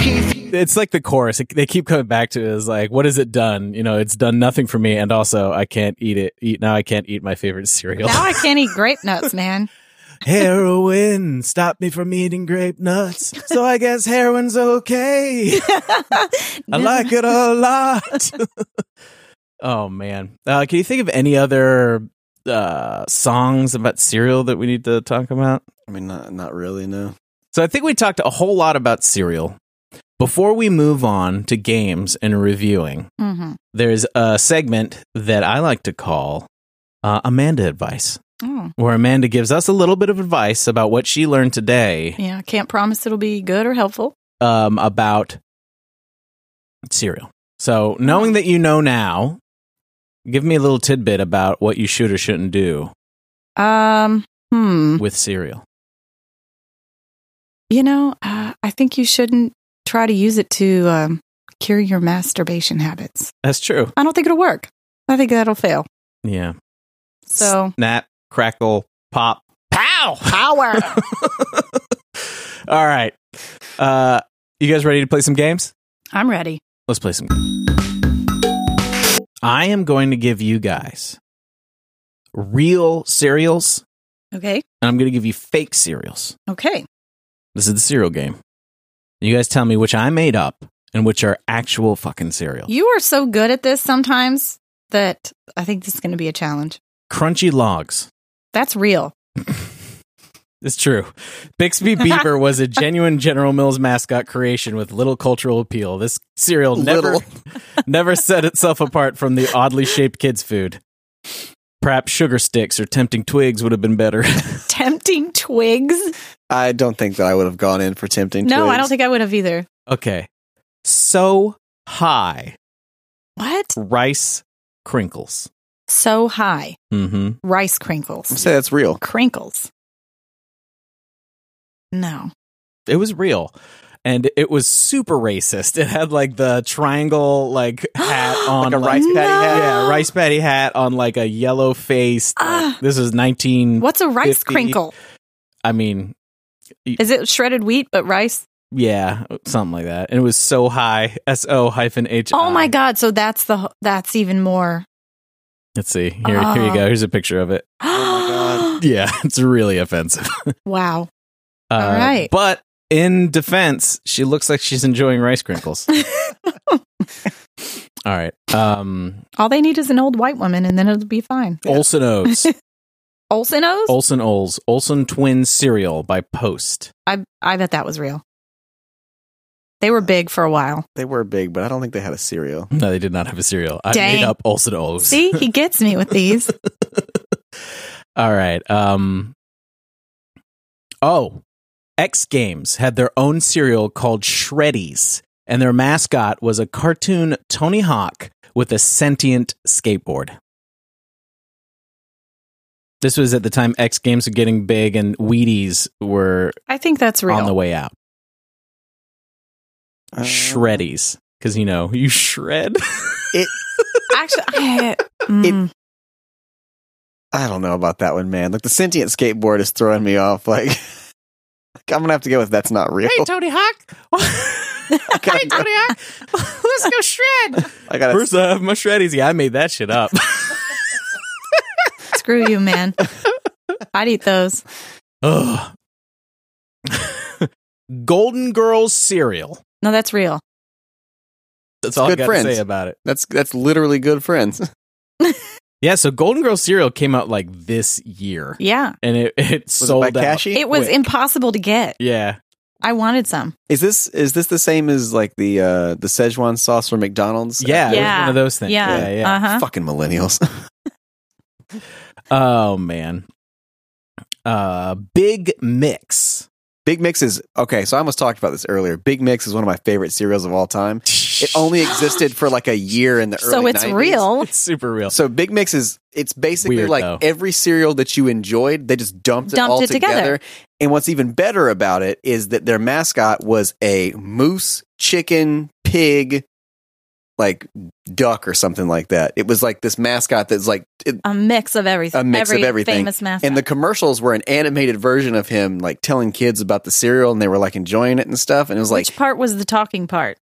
Keith.
it's like the chorus. It- They keep coming back to it. It's like, what has it done? You know, it's done nothing for me, and also I can't eat it. Eat now. I can't eat my favorite cereal.
Now I can't eat grape nuts, man.
heroin stopped me from eating grape nuts, so I guess heroin's okay. I like it a lot. oh man, uh, can you think of any other uh, songs about cereal that we need to talk about?
I mean, not not really. No.
So I think we talked a whole lot about cereal. Before we move on to games and reviewing,
hmm
there's a segment that I like to call uh, Amanda Advice,
Oh,
where Amanda gives us a little bit of advice about what she learned today
yeah. I Can't promise it'll be good or helpful.
um, about cereal. So, knowing that you know now, give me a little tidbit about what you should or shouldn't do
Um, hmm.
with cereal.
You know, uh, I think you shouldn't try to use it to um, cure your masturbation habits.
That's true.
I don't think it'll work. I think that'll fail.
Yeah.
So
Snap, crackle, pop, pow!
power.
All right. Uh, you guys ready to play some games?
I'm ready.
Let's play some. I am going to give you guys real cereals,
Okay.
and I'm going to give you fake cereals.
Okay.
This is the cereal game. You guys tell me which I made up and which are actual fucking cereal.
You are so good at this sometimes that I think this is going to be a challenge.
Crunchy Logs.
That's real.
It's true. Bixby Beaver was a genuine General Mills mascot creation with little cultural appeal. This cereal never
Little.
never set itself apart from the oddly shaped kids' food. Perhaps sugar sticks or tempting twigs would have been better.
Tempting twigs.
I don't think that I would have gone in for tempting.
No, I
Twigs.
don't think I would have either.
okay. So high
What?
rice crinkles.
So high.
Mm-hmm.
Rice
I'd
crinkles.
say that's real.
Crinkles. No.
It was real. And it was super racist. It had like the triangle like hat on
Like a rice patty hat.
Yeah, rice patty hat on like a yellow face.
Ah.
this is 19.
What's a rice
50.
crinkle?
I mean,
Is it shredded wheat but rice?
yeah, something like that. And it was so high. S O hyphen H.
Oh my god, so that's the that's even more.
Let's see. Here, here you go. Here's a picture of it.
Oh
Yeah, it's really offensive.
wow.
Uh,
All right.
But in defense, she looks like she's enjoying rice crinkles. All right. Um,
All they need is an old white woman and then it'll be fine.
Olsen O's.
Olsen O's?
Olsen Oles, Olsen Twins cereal by Post.
I I bet that was real. They were big for a while.
They were big, but I don't think they had a cereal.
No, they did not have a cereal. I
Hmm. Dang.
made up Olsen Oles.
See, he gets me with these.
All right. Um. Oh, X Games had their own cereal called Shreddies, and their mascot was a cartoon Tony Hawk with a sentient skateboard. This was at the time X Games were getting big, and Wheaties were
I think that's real. Oh.
on the way out.
Uh,
Shreddies, because you know you shred.
Actually, I, mm,
I don't know about that one, man. Like the sentient skateboard is throwing me off. Like, like, I'm gonna have to go with that's not real.
Tony Hawk. hey, Tony Hawk. Let's go shred.
I gotta.
First, I have my shreddies. Yeah, I made that shit up.
screw you, man. I'd eat those.
Ugh. Golden Girls cereal.
No, that's real.
That's all I
Good
got to
friends.
say about it.
That's that's literally good friends.
Yeah, so Golden Girls cereal came out like this year,
Yeah.
and it it
Was
sold
it by
out.
Cashy?
It was
Wait.
impossible to get.
Yeah,
I wanted some.
Is this is this the same as like the uh the Szechuan sauce from McDonald's?
yeah, it was
Yeah.
one of those things.
yeah.
yeah. yeah.
Uh-huh.
Fucking millennials.
Oh man. Uh, Big Mix.
Big Mix is okay. So I almost talked about this earlier. Big Mix is one of my favorite cereals of all time. It only existed for like a year in the early.
So it's
90s.
real.
It's super real.
So Big Mix is it's basically
Weird,
like
though.
every cereal that you enjoyed, they just dumped,
Dumped
it all
it together.
together. And what's even better about it is that their mascot was a moose, chicken, pig, like duck or something like that. It was like this mascot that's like it,
A mix of everything.
A mix of
Every
everything.
Famous math.
and the commercials were an animated version of him like telling kids about the cereal and they were like enjoying it and stuff and it was like
Which part was the talking part?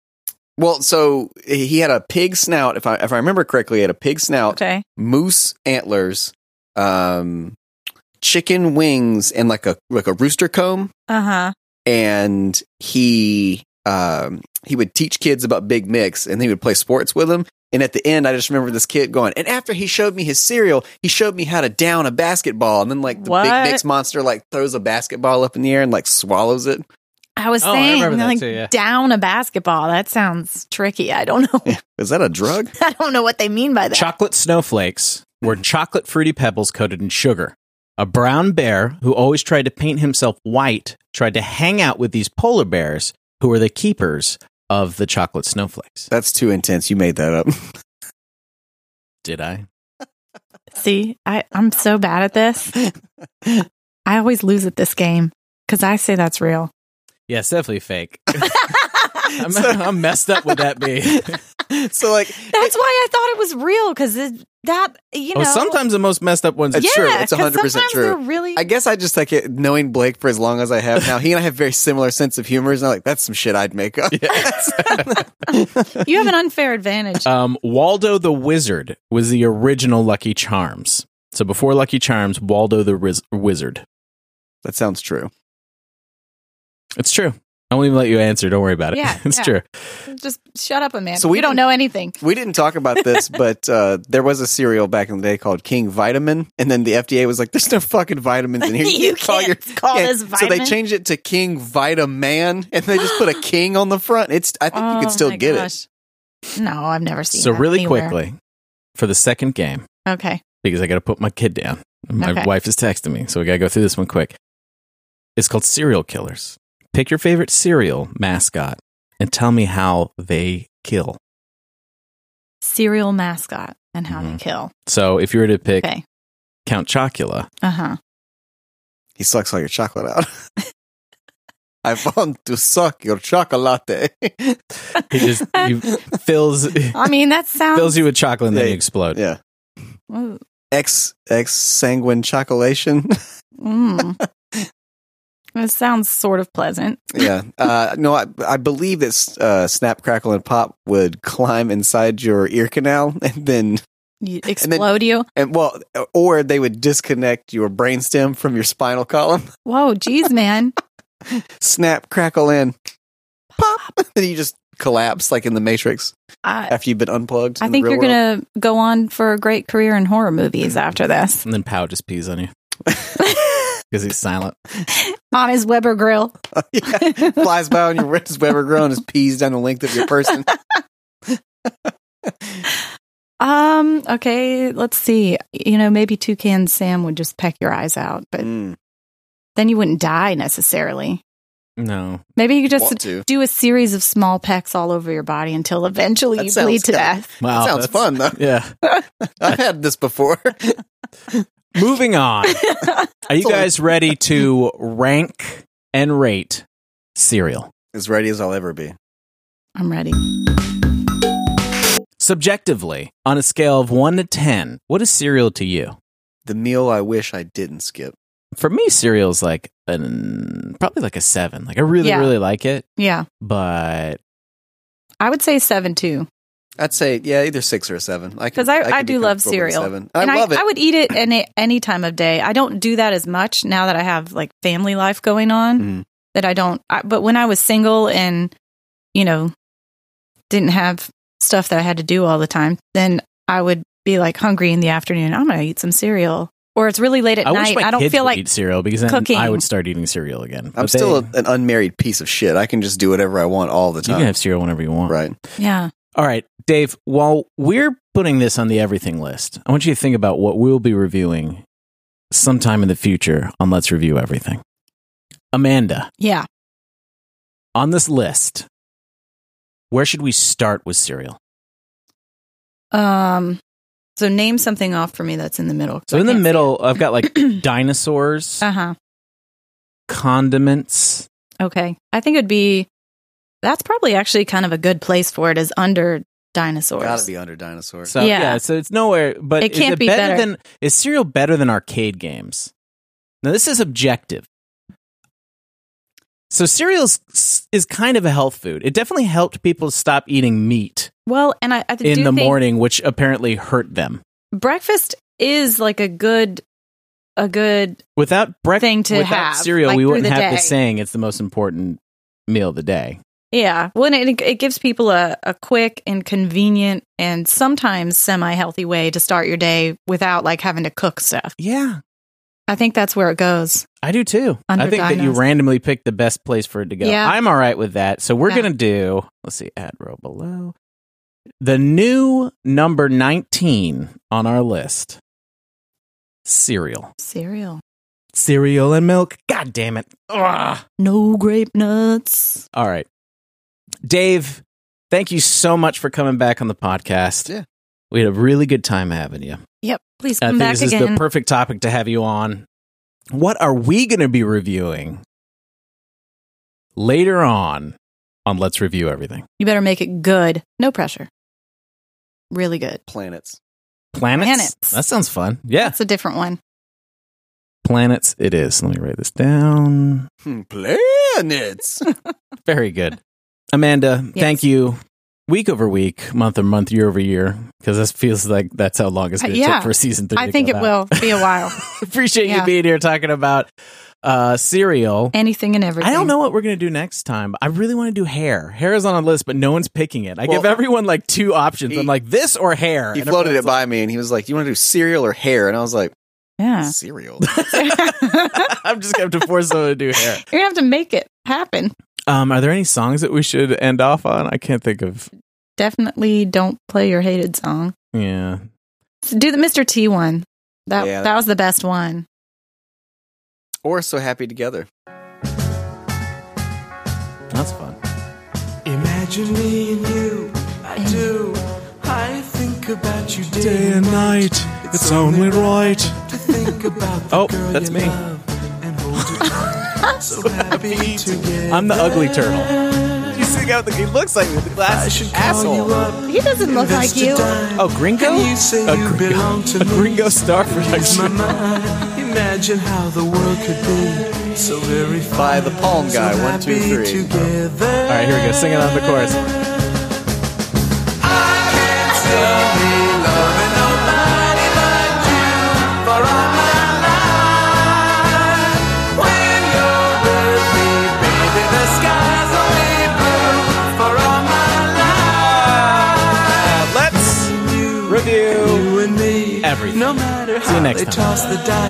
Well, so he had a pig snout. If I if I remember correctly, he had a pig snout,
Okay.
moose antlers, um, chicken wings, and like a like a rooster comb.
Uh huh.
And he um, he would teach kids about Big Mix, and then he would play sports with them. And at the end, I just remember this kid going. And after he showed me his cereal, he showed me how to down a basketball. And then like the
What?
Big Mix monster like throws a basketball up in the air and like swallows it.
I was
Oh, I
saying,
remember that
like,
too, yeah.
down a basketball. That sounds tricky. I don't know.
Is that a drug?
I don't know what they mean by that.
Chocolate snowflakes were
Mm-hmm.
chocolate fruity pebbles coated in sugar. A brown bear who always tried to paint himself white tried to hang out with these polar bears who were the keepers of the chocolate snowflakes.
That's too intense. You made that up.
Did I?
See, I, I'm so bad at this. I always lose at this game because I say that's real.
Yes, definitely fake. I'm, I'm messed up with that be.
so like
That's why I thought it was real because that, you know.
oh, sometimes the most messed up ones are
It's
yeah,
true. It's
'cause
100%
sometimes
true.
They're really,
I guess I just like it, knowing Blake for as long as I have now. He and I have very similar sense of humors, and I'm like, that's some shit I'd make up.
you have an unfair advantage.
Um, Waldo the Wizard was the original Lucky Charms. So before Lucky Charms, Waldo the Riz- Wizard.
that sounds true.
It's true. I won't even let you answer. Don't worry about it.
Yeah,
it's
yeah.
true.
Just shut up, Amanda.
So
So
we
we don't
didn't-
know anything.
We didn't talk about this, but uh, there was a cereal back in the day called King Vitamin, and then the FDA was like, "There's no fucking vitamins in here.
You can't call this
So they
vitamin.
changed it to King Vitaman, and they just put a king on the front. It's I think you
Oh
could still
my
get it.
gosh. No, I've never seen
So
that
really
anywhere.
quickly, for the second game,
Okay.
because I got to put my kid down. My
Okay.
wife is texting me, so we got to go through this one quick. It's called Serial Killers. Pick your favorite serial mascot and tell me how they kill.
Serial mascot and how
Mm-hmm.
Mhm.
they kill.
So if you were to pick
Okay.
Count Chocula,
Uh huh.
He sucks all your chocolate out. I want to suck your chocolate.
he just he fills
I mean, that sounds.
fills you with chocolate and then
Yeah.
you explode.
yeah.
Ooh,
X X sanguine chocolation.
mm. That sounds sort of pleasant.
yeah. Uh, no, I, I believe that uh, Snap Crackle and Pop would climb inside your ear canal and then
You
then-
explode you.
and well, or they would disconnect your brainstem from your spinal column.
Whoa, geez, man.
Snap Crackle and Pop, and you just collapse like in the Matrix
I,
after you've been unplugged.
I
in the
think
real
you're
world.
going to go on for a great career in horror movies after this.
And then Pow just pees on you because he's silent.
on his Weber grill.
yeah. flies by on your wrist, Weber grown, is pees down the length of your person.
Um, okay, let's see. You know, maybe Toucan Sam would just peck your eyes out, but
Mm,
then you wouldn't die necessarily.
No.
Maybe you could
want
just
to.
do a series of small pecks all over your body until eventually
That
you
sounds
bleed to
kinda-
death.
Wow. that's-
sounds fun though.
Yeah.
I've had this before.
Moving on. Are you guys ready to rank and rate cereal?
as ready as I'll ever be.
I'm ready.
Subjectively, on a scale of 1 to 10, what is cereal to you?
The meal I wish I didn't skip.
For me, cereal is like an, probably like a 7. Like I really,
Yeah.
really like it,
Yeah.
but
I would say seven too.
I'd say yeah, either six or a seven. I could-
Because I,
could
I,
be
do love
comfortable with
cereal.
Seven. I
and
love
I,
it.
I would eat it any any time of day. I don't do that as much now that I have like family life going on.
Mhm.
That I don't. I, but when I was single and you know didn't have stuff that I had to do all the time, then I would be like hungry in the afternoon. I'm gonna eat some cereal. Or it's really late at
I wish
night.
my
I don't
kids
feel
would
like
eat cereal because then
cooking.
I would start eating cereal again.
I'm
But
still
they-
an unmarried piece of shit. I can just do whatever I want all the
you
time.
can have cereal whenever you want.
right.
yeah.
All right, Dave, while we're putting this on the everything list, I want you to think about what we'll be reviewing sometime in the future on Let's Review Everything. Amanda,
Yeah.
on this list, where should we start with cereal?
Um so name something off for me that's in the middle.
So in the middle, I've got like dinosaurs,
Uh huh.
condiments.
Okay. I think it'd be that's probably actually kind of a good place for it is under dinosaurs.
Gotta be under dinosaur.
So yeah.
Yeah.
so it's nowhere but
It
is
can't
it
be
better,
better.
than is cereal better than arcade games? Now this is objective. So cereals s- is kind of a health food. It definitely helped people stop eating meat
Well, and I, I do
in the
think
morning, which apparently hurt them.
breakfast is like a good, a good.
Without breakfast,
Thing to
without
have,
cereal,
like,
we
through
wouldn't
the
have
day.
the saying it's the most important meal of the day.
Yeah. Well, and it, it gives people a, a quick and convenient and sometimes semi healthy way to start your day without like having to cook stuff.
Yeah,
I think that's where it goes.
I do too. I think that you
Underdiagnosed.
randomly picked the best place for it to go.
Yeah.
I'm all right with that. So we're
Yeah.
gonna do. Let's see, add row below. The new number 19 on our list. Cereal.
Cereal.
Cereal and milk. God damn it. Ugh.
No grape nuts.
All right. Dave, thank you so much for coming back on the podcast.
Yeah.
We had a really good time having you.
Yep. Please
I
come
think
back
this is the
again.
perfect topic to have you on. What are we going to be reviewing later on on Let's Review Everything?
you better make it good. No pressure. Really good.
planets.
Planets?
Planets.
That sounds fun. Yeah.
That's a different one.
Planets it is. Let me write this down.
Hmm, Planets.
Very good. Amanda,
Yes.
thank you. Week over week, month over month, year over year, because this feels like that's how long it's going to
Yeah.
take for season three.
I
to
think it
come out.
will be a while.
Appreciate you
Yeah.
being here talking about uh, cereal.
Anything and everything.
I don't know what we're going to do next time. But I really want to do hair. Hair is on a list, but no one's picking it. I
Well,
give everyone like two options.
he-
I'm like, this or hair.
He
And
floated it
everyone's
by me and he was like, You want to do cereal or hair? And I was like,
Yeah.
Cereal.
You're
like- I'm just going to have to force someone to do hair.
gonna have to make it happen.
Um, are there any songs that we should end off on? I can't think of.
Definitely don't play your hated song.
Yeah.
So do the Mr. T one. That
Yeah.
that was the best one.
or So Happy Together.
That's fun.
Imagine me and you, I do. I think about you day and night. It's only right to think about the
Oh,
girl
that's
you
me.
love and hold her tight. so happy together.
I'm the ugly turtle. You see how the, he looks like with the
I
glasses.
should call you up.
He doesn't look like you.
Oh, Gringo?
You say
A
you
Gringo,
belong to
a
me.
Gringo Star
My
production.
mind, imagine how the world could be so very fine.
By the Palm Guy.
so
One, two,
happy
three.
Together.
All right, here we go. Sing it on the chorus. Let's review
You and me.
everything.
No matter
you
how
next
they
time.
toss the die,